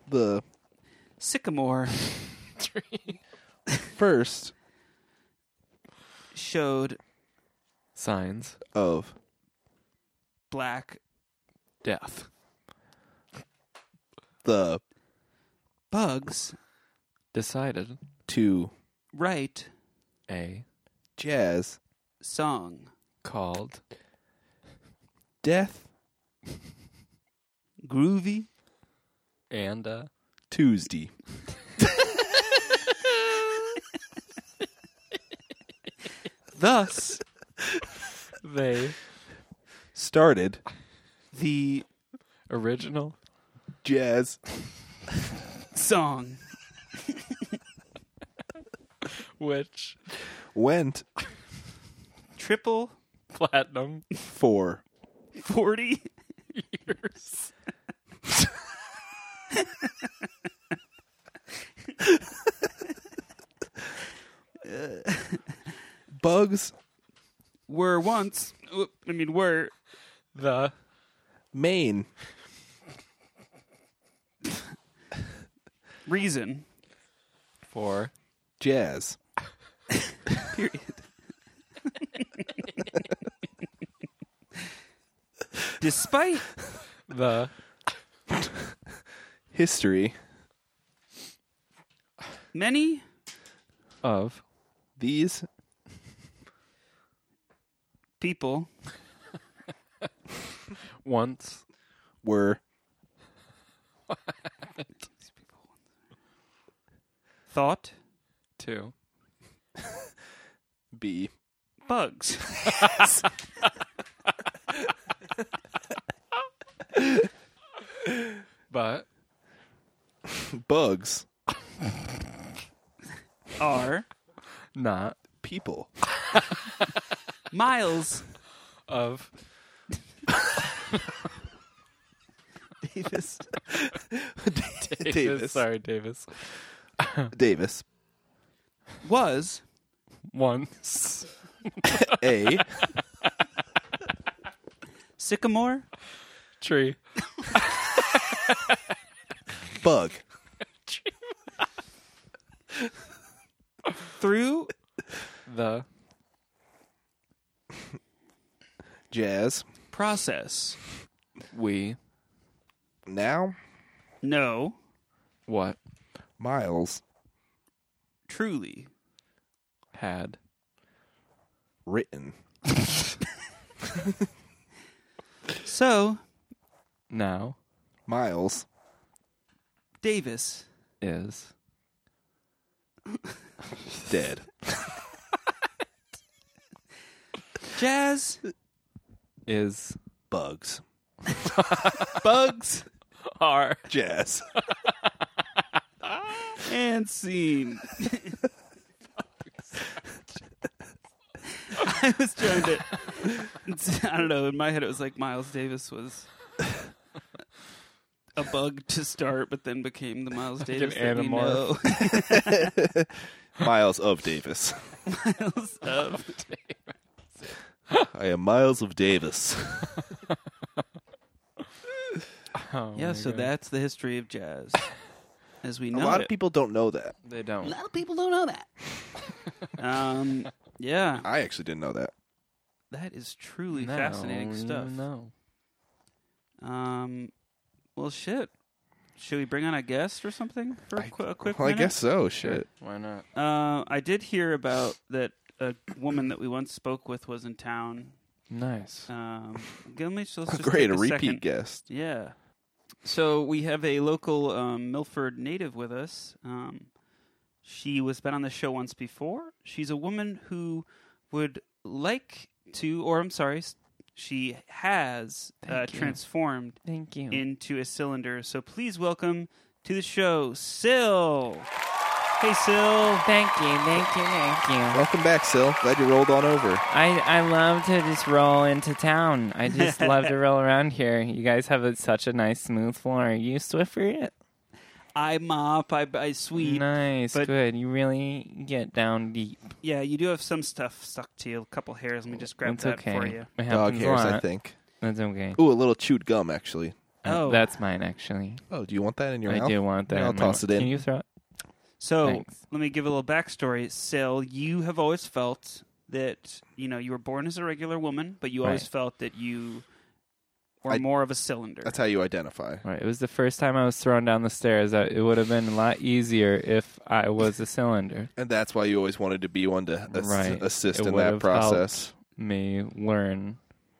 S3: the
S1: sycamore
S3: first
S1: showed
S2: signs
S3: of
S1: black
S2: death
S3: the
S1: bugs
S2: decided
S3: to
S1: write
S2: a
S3: jazz
S1: song
S2: called
S3: death
S1: groovy
S2: and uh, a
S3: Tuesday.
S1: thus
S2: they
S3: Started
S1: the
S2: original
S3: jazz
S1: song
S2: which
S3: went
S1: triple
S2: platinum
S3: for
S1: 40
S2: years
S3: bugs
S1: were once oop, i mean were
S2: the
S3: main
S1: reason
S2: for
S3: jazz
S1: period despite
S2: the
S3: history
S1: many
S2: of
S3: these
S1: people
S2: once
S3: were
S1: thought
S2: to
S3: be
S1: bugs
S2: but
S3: bugs
S1: are
S2: not
S3: people.
S1: miles
S2: of
S3: Davis.
S2: Davis.
S3: Davis.
S2: Sorry, Davis.
S3: Davis.
S1: was
S2: Once
S3: A.
S1: sycamore
S2: tree.
S3: Bug.
S1: through
S2: The
S3: Jazz.
S1: process.
S2: we
S3: Now.
S1: No,
S2: what
S3: Miles.
S1: truly.
S2: had
S3: Written.
S1: So,
S2: now
S3: Miles.
S1: Davis,
S2: is
S3: Dead.
S1: Jazz,
S2: is
S3: Bugs.
S1: Bugs,
S2: are
S3: Jazz.
S1: and scene. I was trying to. I don't know. In my head, it was like Miles Davis was a bug to start, but then became the Miles Davis that we know.
S2: animorph.
S3: Miles of Davis.
S1: Miles of
S3: Oh I am Miles of Davis.
S2: Oh
S1: Yeah,
S2: my
S1: so
S2: God.
S1: that's the history of jazz as we
S3: A
S1: know
S3: lot
S1: it.
S3: of people don't know that.
S2: they don't.
S1: a lot of people don't know that. um, yeah,
S3: I actually didn't know that.
S1: that is truly fascinating stuff.
S2: No,
S1: Um, well, shit. Should we bring on a guest or something for a, qu- a quick
S3: Well, I
S1: minute?
S3: guess so. Shit.
S2: why not?
S1: Uh, I did hear about that a woman that we once spoke with was in town.
S2: Nice.
S1: Um, give me so let's just
S3: Great,
S1: take
S3: a
S1: a
S3: repeat
S1: second.
S3: guest.
S1: Yeah. So we have a local um, Milford native with us. Um, she was been on the show once before. She's a woman who would like to, or I'm sorry, s- she has uh,
S2: Thank you.
S1: transformed
S2: Thank you.
S1: into a cylinder. So please welcome to the show, Syl. Hey, Syl.
S12: Thank you, thank you, thank you.
S3: Welcome back, Sil. Glad you rolled on over.
S12: I, I love to just roll into town. I just love to roll around here. You guys have a, such a nice smooth floor. you Swiffer it?
S1: I mop. I, I sweep.
S12: Nice,
S1: but-
S12: good. You really get down deep.
S1: Yeah, you do have some stuff stuck to you. A couple hairs. Let me just grab
S12: That's
S1: that
S12: okay.
S1: for you.
S12: It
S3: Dog
S12: happens a
S3: hairs, I
S12: lot.
S3: think.
S12: That's okay.
S3: Ooh, a little chewed gum, actually.
S12: Uh,
S1: Oh.
S12: That's mine, actually.
S3: Oh, do you want that in your
S12: I
S3: mouth?
S12: do want that.
S3: Yeah, I'll
S12: in my-
S3: toss it in.
S12: Can you throw it?
S1: So
S12: Thanks.
S1: let me give a little backstory. Sil, you have always felt that you know you were born as a regular woman, but you always
S12: Right.
S1: felt that you were
S3: I-
S1: more of a cylinder.
S3: That's how you identify.
S12: All right, it was the first time I was thrown down the stairs. I, it would have been a lot easier if I was a cylinder.
S3: And that's why you always wanted to be one to ass-
S12: Right.
S3: assist
S12: It
S3: in
S12: would
S3: that
S12: have
S3: process.
S12: Me learn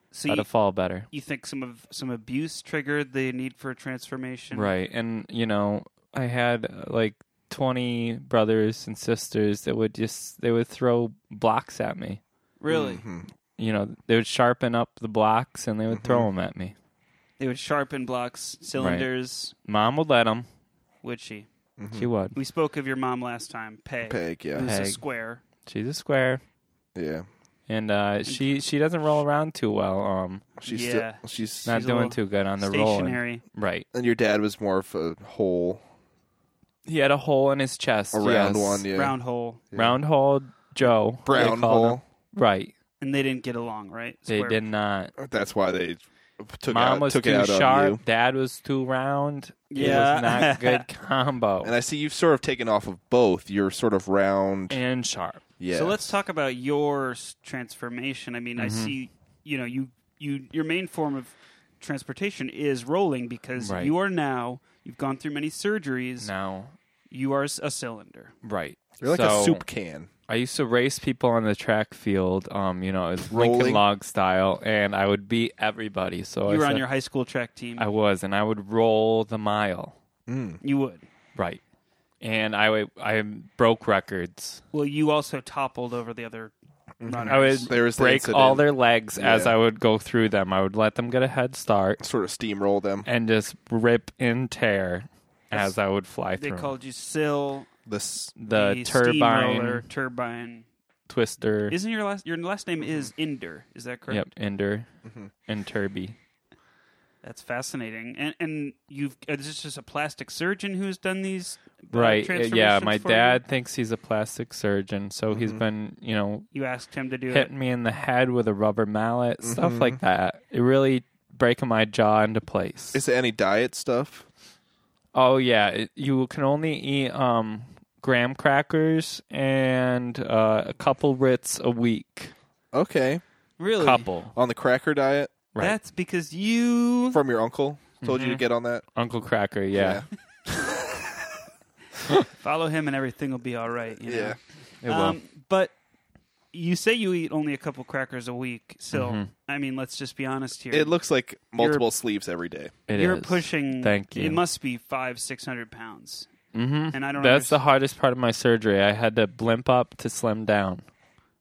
S1: so
S12: how
S1: you,
S12: to fall better.
S1: you think some of some abuse triggered the need for a transformation,
S12: Right. And, you know, I had uh, like 20 brothers and sisters that would just, they would throw blocks at me.
S1: Really,
S12: You know, they would sharpen up the blocks and they would throw
S1: Mm-hmm.
S12: 'em throw them at me.
S1: they would sharpen blocks, cylinders.
S12: Mom would let them.
S1: Would she?
S12: She would.
S1: We spoke of your mom last time, Peg.
S3: Peg, yeah.
S1: who's a
S12: Peg.
S1: square.
S12: She's a square.
S3: Yeah.
S12: And uh, she she doesn't roll around too well. Um,
S3: She's
S1: Yeah.
S3: still she's
S12: not
S1: She's a little
S12: doing too good on the roll.
S1: stationary.
S12: Right.
S3: and your dad was more of a hole
S12: He had a hole in his chest.
S3: around
S12: yes.
S3: one, yeah.
S1: Round hole,
S12: Round hole Joe. they
S3: Brown
S12: called him.
S3: hole.
S12: Right.
S1: and they didn't get along, right?
S12: They
S1: Square.
S12: did not.
S3: That's why they took
S12: Mom
S3: out,
S12: was
S3: took
S12: too
S3: it out on you.
S12: sharp. Dad was too round.
S1: Yeah.
S12: It was not good combo.
S3: And
S12: and,
S3: I see you've sort of taken off of both. You're sort of round.
S12: sharp.
S3: yeah.
S1: So let's talk about your s- transformation. I mean, I
S12: Mm-hmm.
S1: see, you know, you you your main form of transportation is rolling because
S12: Right.
S1: you are now you've gone through many surgeries.
S12: Now,
S1: You are s- a cylinder.
S12: right.
S3: You're like
S12: So,
S3: a soup can.
S12: I used to race people on the track field, um, you know, it's
S3: Rolling.
S12: Lincoln Log style, and I would beat everybody. So I
S1: You were on
S12: said-
S1: your high school track team.
S12: I was, and I would roll the mile.
S1: you would.
S12: Right. And I, would- I broke records.
S1: Well, you also toppled over the other
S12: Mm-hmm. I would
S1: runners.
S3: There was the
S12: break
S3: incident.
S12: all their legs as
S3: Yeah.
S12: I would go through them. I would let them get a head start.
S3: Sort of steamroll them.
S12: and just rip and tear as I would fly
S1: They
S12: through.
S1: called you Sil
S3: This
S2: the, turbine
S1: steamroller, turbine.
S2: twister.
S1: Isn't your last your last name
S12: Mm-hmm.
S1: is Inder? Is that correct?
S2: Yep, Ender
S1: Mhm.
S2: and Turby.
S1: That's fascinating. And and you've uh, is this just a plastic surgeon who's done these? uh,
S2: right. uh, Yeah,
S1: transformations
S2: my
S1: for you?
S2: dad thinks he's a plastic surgeon, so he's
S1: Mhm.
S2: been, you know,
S1: You asked him to do it.
S2: hitting me in the head with a rubber mallet, stuff
S3: Mhm.
S2: like that. It really breaking my jaw into place.
S3: is it any diet stuff?
S2: Oh yeah, it, you can only eat um graham crackers and uh, a couple Ritz a week.
S3: Okay,
S1: Really?
S2: Couple.
S3: on the cracker diet
S2: Right.
S1: That's because you
S3: from your uncle told
S12: Mm-hmm.
S3: you to
S1: Mhm.
S3: get on that.
S2: Uncle Cracker, yeah.
S1: follow him and everything will be all right. You know? Um,
S2: Yeah. It will.
S1: but you say you eat only a couple crackers a week. So
S2: Mhm.
S1: I mean, let's just be honest here.
S3: It looks like multiple sleeves every day.
S2: It
S1: you're
S2: is.
S1: pushing.
S2: Thank you.
S1: It must be five, six hundred pounds.
S2: Mhm.
S1: And I don't.
S2: That's the hardest part of my surgery. I had to blimp up to slim down.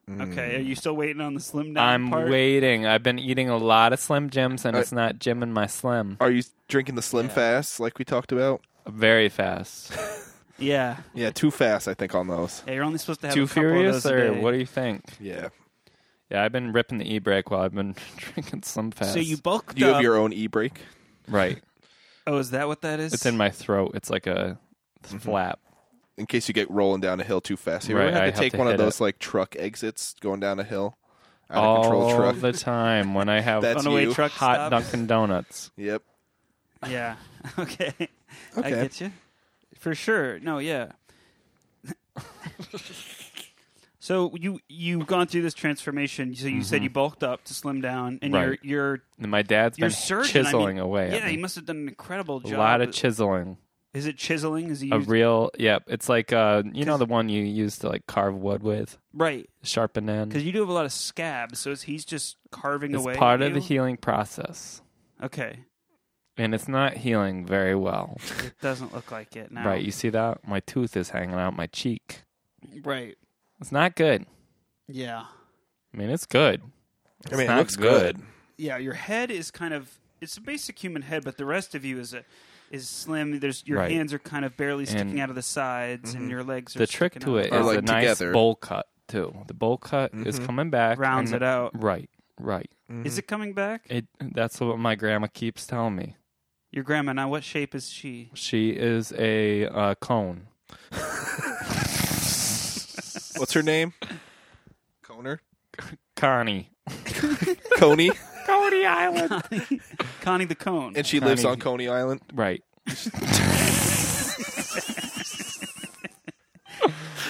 S1: understand- okay. Are you still waiting on the slim down
S2: I'm
S1: part?
S2: waiting. I've been eating a lot of Slim Jims, and
S3: Uh,
S2: it's not Jim my Slim.
S3: Are you drinking the slim fast like we talked about?
S2: Very fast.
S1: yeah.
S3: Yeah, too fast I think on those.
S1: Yeah, you're only supposed to have
S2: Too
S1: a couple of
S2: furious,
S1: those a
S2: or
S1: day.
S2: what do you think?
S3: Yeah.
S2: Yeah, I've been ripping the e-brake while I've been drinking Slim Fast.
S1: So you bulked
S3: You
S1: up.
S12: uh,
S3: have your own e brake.
S2: right?
S1: oh, is that what that is?
S2: It's in my throat. It's like a
S1: Mm-hmm.
S2: flap.
S3: In case you get rolling down a hill too fast, you
S2: Right,
S3: ever
S2: I
S3: had
S2: have
S3: to take
S2: to
S3: one of
S2: hit it.
S3: those like truck exits going down a hill, out
S2: All
S3: of control truck.
S2: the time when I have
S3: That's Runaway you. truck
S2: hot
S1: stops.
S2: Dunkin' Donuts.
S3: Yep.
S1: Yeah. Okay. I
S3: Okay.
S1: get you. For sure. No, yeah. so you you've gone through this transformation. So you said
S2: Mhm.
S1: you bulked up to slim down and
S2: Right.
S1: you're you're
S2: And my dad's
S1: your
S2: been
S1: surgeon, I mean-
S2: chiseling away. at
S1: Yeah,
S2: me.
S1: he must have done an incredible job.
S2: a lot of chiseling.
S1: Is it chiseling? Is he
S2: A
S1: used-
S2: real, yep. It's like uh, you know the one you use to like carve wood with,
S1: right?
S2: sharpen end.
S1: Because you do have a lot of scabs, so is he's just carving
S2: It's
S1: away.
S2: part
S1: at
S2: of the
S1: you?
S2: healing process,
S1: Okay,
S2: and it's not healing very well.
S1: it doesn't look like it now.
S2: Right? You see that? My tooth is hanging out my cheek.
S1: Right.
S2: It's not good.
S1: Yeah.
S2: I mean, it's good.
S3: I mean,
S2: It's
S3: it
S2: not
S3: looks good.
S1: yeah, your head is kind of it's a basic human head, but the rest of you is a is slim. There's your
S2: Right.
S1: hands are kind of barely sticking
S2: And-
S1: out of the sides, and your legs are
S2: The trick
S1: sticking
S2: to
S1: out. Mm-hmm.
S2: it
S3: Or,
S2: is
S3: Mm-hmm. like,
S2: a nice
S3: together.
S2: bowl cut too. The bowl cut is
S3: Mhm.
S2: coming back,
S1: Rounds it
S2: and-
S1: out.
S2: Right, right.
S3: Mm-hmm.
S1: Is it coming back?
S2: It. That's what my grandma keeps telling me.
S1: Your grandma now, what shape is she?
S2: She is a uh, cone.
S3: What's her name? Coner?
S2: Connie.
S3: Coney?
S2: Coney Island.
S1: Connie, Connie the cone.
S3: And she lives
S2: Coney.
S3: on Coney Island.
S2: Right.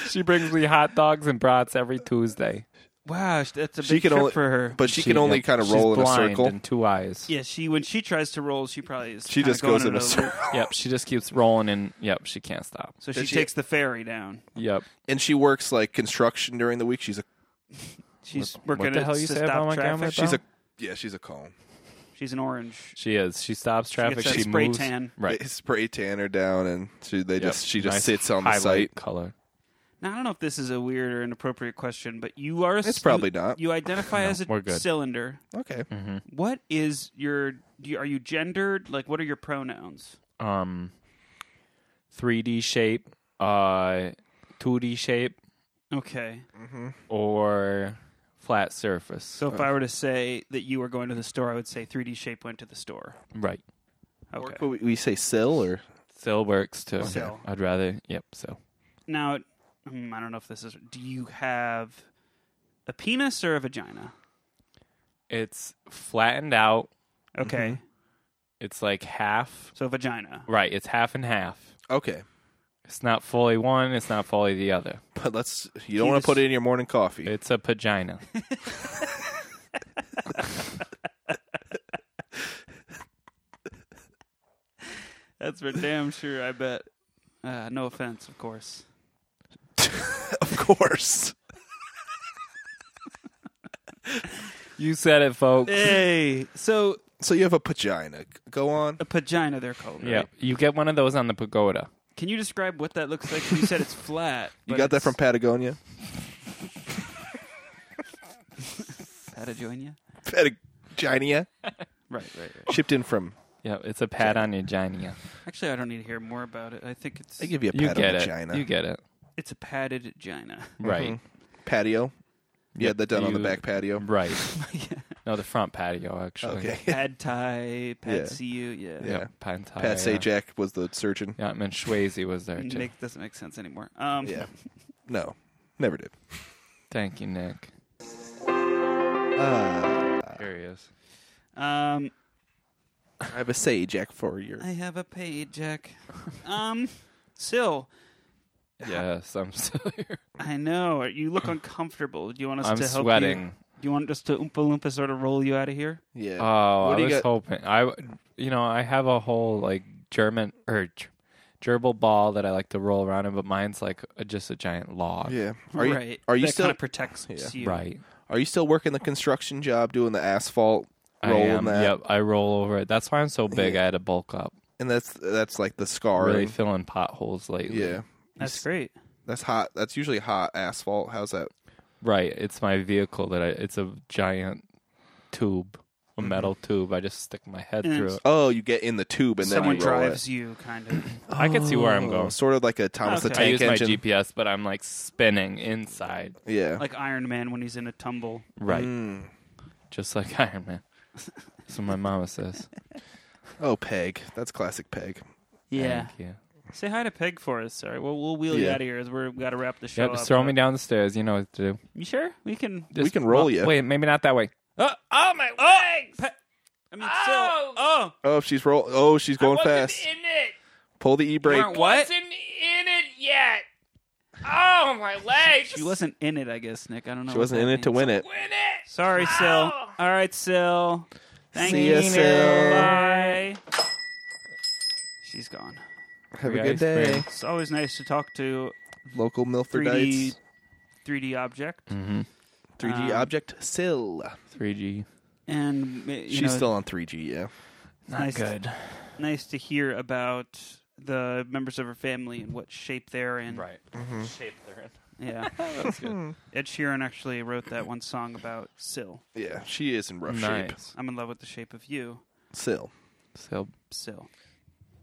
S2: she brings me hot dogs and brats every Tuesday.
S1: wow, sh- that's a big
S3: She can
S1: trip
S3: only-
S1: for her.
S3: But she, can only
S2: yeah,
S3: kind of
S2: she's
S3: roll in a
S2: blind
S3: circle.
S2: and two eyes.
S1: yeah, she when she tries to roll, she probably is.
S3: She
S1: kinda
S3: just
S1: going
S3: goes in a
S1: loop.
S3: circle.
S2: Yep, she just keeps rolling and yep, she can't stop.
S1: So she,
S3: she-
S1: takes the ferry down.
S2: Yep.
S3: And she works like construction during the week. She's a
S1: She's working
S2: What the
S1: at-
S2: hell you
S1: to
S2: say
S1: stop
S2: about my
S1: traffic.
S2: grandma?
S3: she's
S2: bro?
S3: a yeah, she's a cone.
S1: She's an orange.
S2: she is. She stops traffic.
S1: gets that
S2: She,
S1: spray
S2: moves.
S1: tan.
S2: Right.
S3: They spray tan her down and she they
S2: Yep.
S3: just she just
S2: Nice
S3: sits on the
S2: highlight
S3: site.
S2: color.
S1: Now I don't know if this is a weird or inappropriate question, but you are. A,
S3: It's
S1: you-
S3: probably not.
S1: You identify as
S2: we're
S1: a
S2: good.
S1: cylinder.
S3: Okay.
S2: Mm.
S1: What is your? Do you, are you gendered? Like, what are your pronouns?
S2: Um 3D shape, uh 2D shape
S1: Okay.
S2: or flat surface.
S1: So if
S3: Uh.
S1: I were to say that you were going to the store, I would say 3D Shape went to the store.
S2: right.
S1: Okay.
S3: But we, we say sill or
S2: Still works too.
S1: Still.
S2: I'd rather yep, so.
S1: Now, mm, I don't know if this is. Do you have a penis or a vagina?
S2: It's flattened out.
S1: Okay.
S3: Mm-hmm.
S2: It's like half.
S1: So vagina.
S2: Right, it's half and half.
S3: Okay.
S2: It's not fully one, it's not fully the other.
S3: But let's you
S1: you
S3: don't want
S1: just-
S3: to put it in your morning coffee.
S2: It's a vagina.
S1: That's for damn sure. I bet. Uh, no offense, of course.
S3: of course.
S2: you said it, folks.
S1: Hey, so
S3: So you have a vagina. Go on.
S1: a vagina they're called.
S2: Yeah,
S1: right?
S2: you get one of those on the pagoda.
S1: Can you describe what that looks like? You said it's flat.
S3: You
S1: but
S3: got that
S1: it's
S3: from Patagonia?
S1: Patagonia.
S3: Patagonia?
S1: Right, right, right.
S3: Shipped in from
S2: Yeah, it's a pat on your vagina.
S1: Actually, I don't need to hear more about it. I think it's.
S3: They give you a
S2: You
S3: pat
S2: get
S3: on
S2: it.
S3: the vagina.
S2: You get it.
S1: It's a padded vagina.
S2: Right.
S3: Mhm. Patio. You had that done on the
S2: You-
S3: back patio.
S2: Right. No, the front patio actually.
S3: Okay.
S1: Pad Thai, Pad
S3: Yeah.
S1: CU, yeah.
S3: Yeah.
S2: Yep, uh, Pad Thai,
S3: Pat
S2: yeah.
S3: Sajak was the surgeon.
S2: Yeah, and Schwazy was there too.
S1: Make, doesn't make sense anymore. Um,
S3: Yeah. No, never did.
S2: Thank you, Nick.
S3: Ah.
S10: Here he is.
S1: Um,
S3: I have a Sajak for your.
S1: I have a paid Jack. um, Sil,
S2: Yes, I'm still here.
S1: I know you look uncomfortable. Do you want us
S2: I'm
S1: to help
S2: sweating.
S1: you? Do you want us to oompa loompa sort of roll you out of here?
S3: Yeah.
S2: Oh,
S3: Uh, What
S2: I
S3: do you
S2: was
S3: got-
S2: hoping. I, you know, I have a whole like German or ger- gerbil ball that I like to roll around in, but mine's like a, just a giant log.
S3: Yeah. Are you?
S1: right.
S3: Are you
S1: that
S3: still?
S1: kind of protects you?
S2: Right.
S3: Are you still working the construction job, doing the asphalt, rolling
S2: I am.
S3: that?
S2: Yep. I roll over it. That's why I'm so big. I had to bulk up.
S3: And that's that's like the scar.
S2: Really filling potholes lately.
S3: yeah.
S1: That's great.
S3: That's hot. That's usually hot asphalt. How's that?
S2: Right. It's my vehicle that I. It's a giant tube, a metal tube. I just stick my head
S1: Mm-hmm. And
S2: through
S1: it's-
S2: it.
S3: Oh, you get in the tube and then
S1: Someone
S3: you roll
S1: drives you, kind of.
S2: I can see where I'm
S3: it.
S2: going.
S3: Sort of like a Thomas the
S1: Okay.
S2: I
S3: Tank
S2: use
S3: Engine.
S2: my GPS, but I'm like spinning inside,
S3: Yeah.
S1: like Iron Man when he's in a tumble.
S2: right,
S3: Mm.
S2: just like Iron Man. That's what my mama says.
S3: Oh, Peg. That's classic Peg.
S1: Yeah.
S2: Thank you.
S1: Say hi to Peg for us. Sorry, we'll we'll wheel you
S3: Yeah.
S1: out of here. As we're we got to wrap the show.
S2: Yep,
S1: up,
S2: just throw
S1: but-
S2: me down the stairs. You know what to do.
S1: You sure we can?
S2: Just-
S3: can
S1: Oh,
S3: roll
S2: well,
S3: ya.
S2: Wait, maybe not that way.
S10: oh my legs!
S1: I mean, Sil. Oh,
S3: Oh, she's roll. Oh, she's going fast.
S10: in it.
S3: Pull the e brake.
S1: what?
S10: Wasn't in it yet. Oh my legs!
S1: She wasn't in it, I guess, Nick. I don't know.
S3: She
S1: what
S3: wasn't
S1: that
S3: in it to
S1: means.
S3: win it.
S10: Win it.
S1: Sorry, Sil. All right, Sil. Thank
S3: See
S1: you.
S3: ya, Sil.
S1: Bye. She's gone.
S3: Have a
S2: Free
S3: good
S2: ice cream.
S3: day.
S1: It's always nice to talk to
S3: Local Milfordites.
S1: 3D, 3D object.
S3: 3G
S1: Um,
S3: object Sill.
S2: 3G.
S1: And you
S3: She's
S1: know,
S3: still on 3G, yeah.
S1: not nice, good. Nice to hear about the members of her family and Mm-hmm. what shape they're in.
S2: Right.
S10: Shape they're in.
S1: Yeah. Ed Sheeran actually wrote that one song about Sil.
S3: Yeah, she is in rough shape.
S2: Nice.
S1: I'm in love with the shape of you,
S3: Sill.
S2: Sell.
S1: Sil.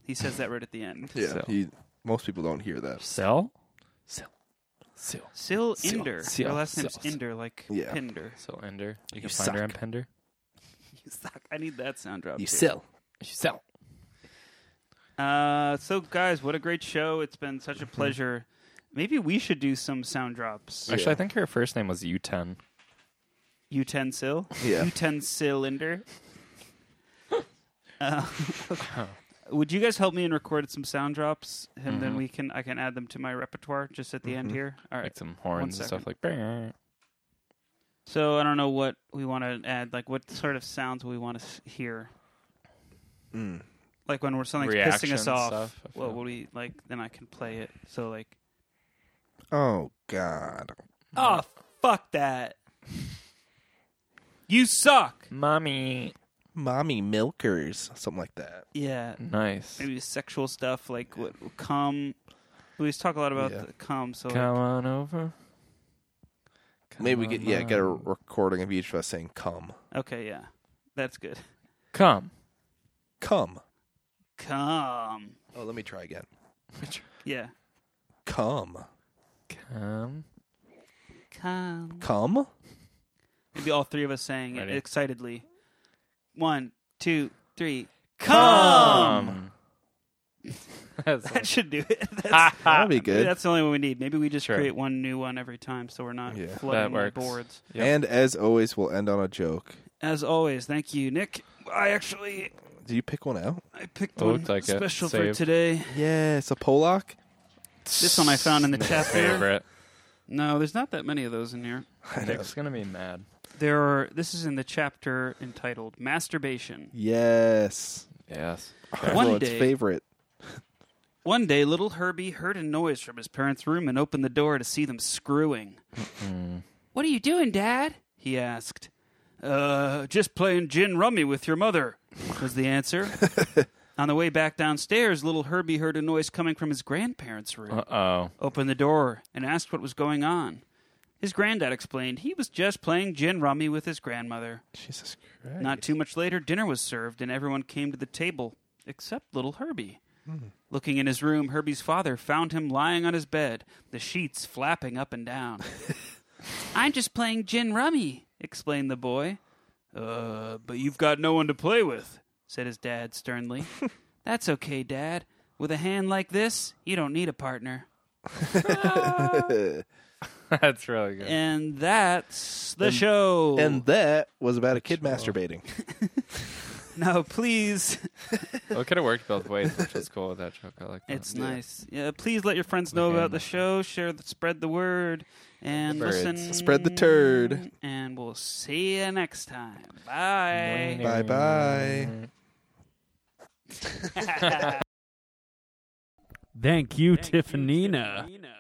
S1: He says that right at the end.
S3: Yeah.
S2: Sill.
S3: He, most people don't hear that.
S2: Sell.
S3: Sill.
S2: Sell.
S1: Sil
S2: Sil,
S1: Inder.
S2: Sil,
S1: Her last name's
S2: Sil, Sil.
S1: Inder, like
S3: Yeah.
S1: Pinder.
S2: Sell. Ender. You
S3: You
S2: can find her on
S3: suck.
S2: Pender.
S1: You suck. I need that sound drop.
S3: You
S1: too.
S3: Sill.
S2: Sell.
S1: Uh, so guys, what a great show! It's been such a
S3: Mm-hmm.
S1: pleasure. Maybe we should do some sound drops.
S2: Actually, I think her first name was U10.
S1: Utensil,
S3: Yeah.
S1: utensilander. uh, would you guys help me and record some sound drops, and then
S3: Mm-hmm.
S1: we can I can add them to my repertoire just at the end here. All right.
S2: Like some horns and
S1: second.
S2: stuff like. "Brr."
S1: So I don't know what we want to add. Like, what sort of sounds we want to s- hear? Mm. Like when we're something's pissing us
S2: Reaction
S1: off.
S2: stuff, I
S1: what
S2: feel.
S1: would we like? Then I can play it. So like,
S3: Oh, God.
S1: oh fuck that. You suck.
S2: Mommy.
S3: Mommy milkers. Something like that.
S1: Yeah.
S2: Nice.
S1: Maybe sexual stuff like what cum. We always talk a lot about
S3: Yeah.
S1: the cum. So
S2: Come on over. Come
S3: Maybe we get, yeah,
S2: on
S3: get a
S2: over.
S3: recording of each of us saying come.
S1: okay, yeah, that's good.
S2: Come.
S3: Come.
S1: Cum.
S3: Oh, let me try again.
S1: Yeah.
S3: Come.
S2: Come.
S1: Cum.
S3: Come?
S1: Maybe all three of us saying
S2: Ready?
S1: it excitedly. One, two, three.
S2: Come. That's
S1: That should do it. That's,
S3: That'd be good.
S1: that's the only one we need. Maybe we just
S2: Sure.
S1: create one new one every time, so we're not
S3: Yeah. That
S1: flooding the
S2: works.
S1: boards.
S2: Yep.
S3: And as always, we'll end on a joke.
S1: As always, thank you, Nick. I actually
S3: Do you pick one out?
S1: I picked
S2: Oh,
S1: one
S2: looks like it.
S1: special for
S2: Saved.
S1: today.
S3: Yeah, it's a Pollock.
S1: This one I found in the
S2: Nick's
S1: chat there.
S2: favorite.
S1: No, there's not that many of those in here.
S2: Nick's gonna be mad.
S1: There are. This is in the chapter entitled "Masturbation."
S3: Yes.
S2: Yes.
S1: One
S3: Everyone's
S1: day,
S3: favorite.
S1: one day, little Herbie heard a noise from his parents' room and opened the door to see them screwing. What are you doing, Dad? He asked. Uh, just playing gin rummy with your mother, was the answer. On the way back downstairs, little Herbie heard a noise coming from his grandparents' room.
S2: Uh oh.
S1: opened the door and asked what was going on. His granddad explained he was just playing gin rummy with his grandmother.
S3: Jesus Christ.
S1: Not too much later, dinner was served and everyone came to the table except little Herbie.
S3: Hmm.
S1: Looking in his room, Herbie's father found him lying on his bed, the sheets flapping up and down. I'm just playing gin rummy, explained the boy. Uh, but you've got no one to play with, said his dad sternly. That's okay, Dad. With a hand like this, you don't need a partner.
S10: That's really good.
S1: And that's the
S3: And-
S1: show.
S3: And that was about a kid masturbating.
S1: now, please,
S10: Well, it could have worked both ways, which is cool with that joke. I like that.
S1: it's nice. Yeah, please let your friends know about the show. Share, the, spread the word, and
S3: Spread-
S1: listen.
S3: spread the turd.
S1: And we'll see you next time. Bye.
S3: Bye bye.
S13: Thank you, Tiffany. Tiffanina.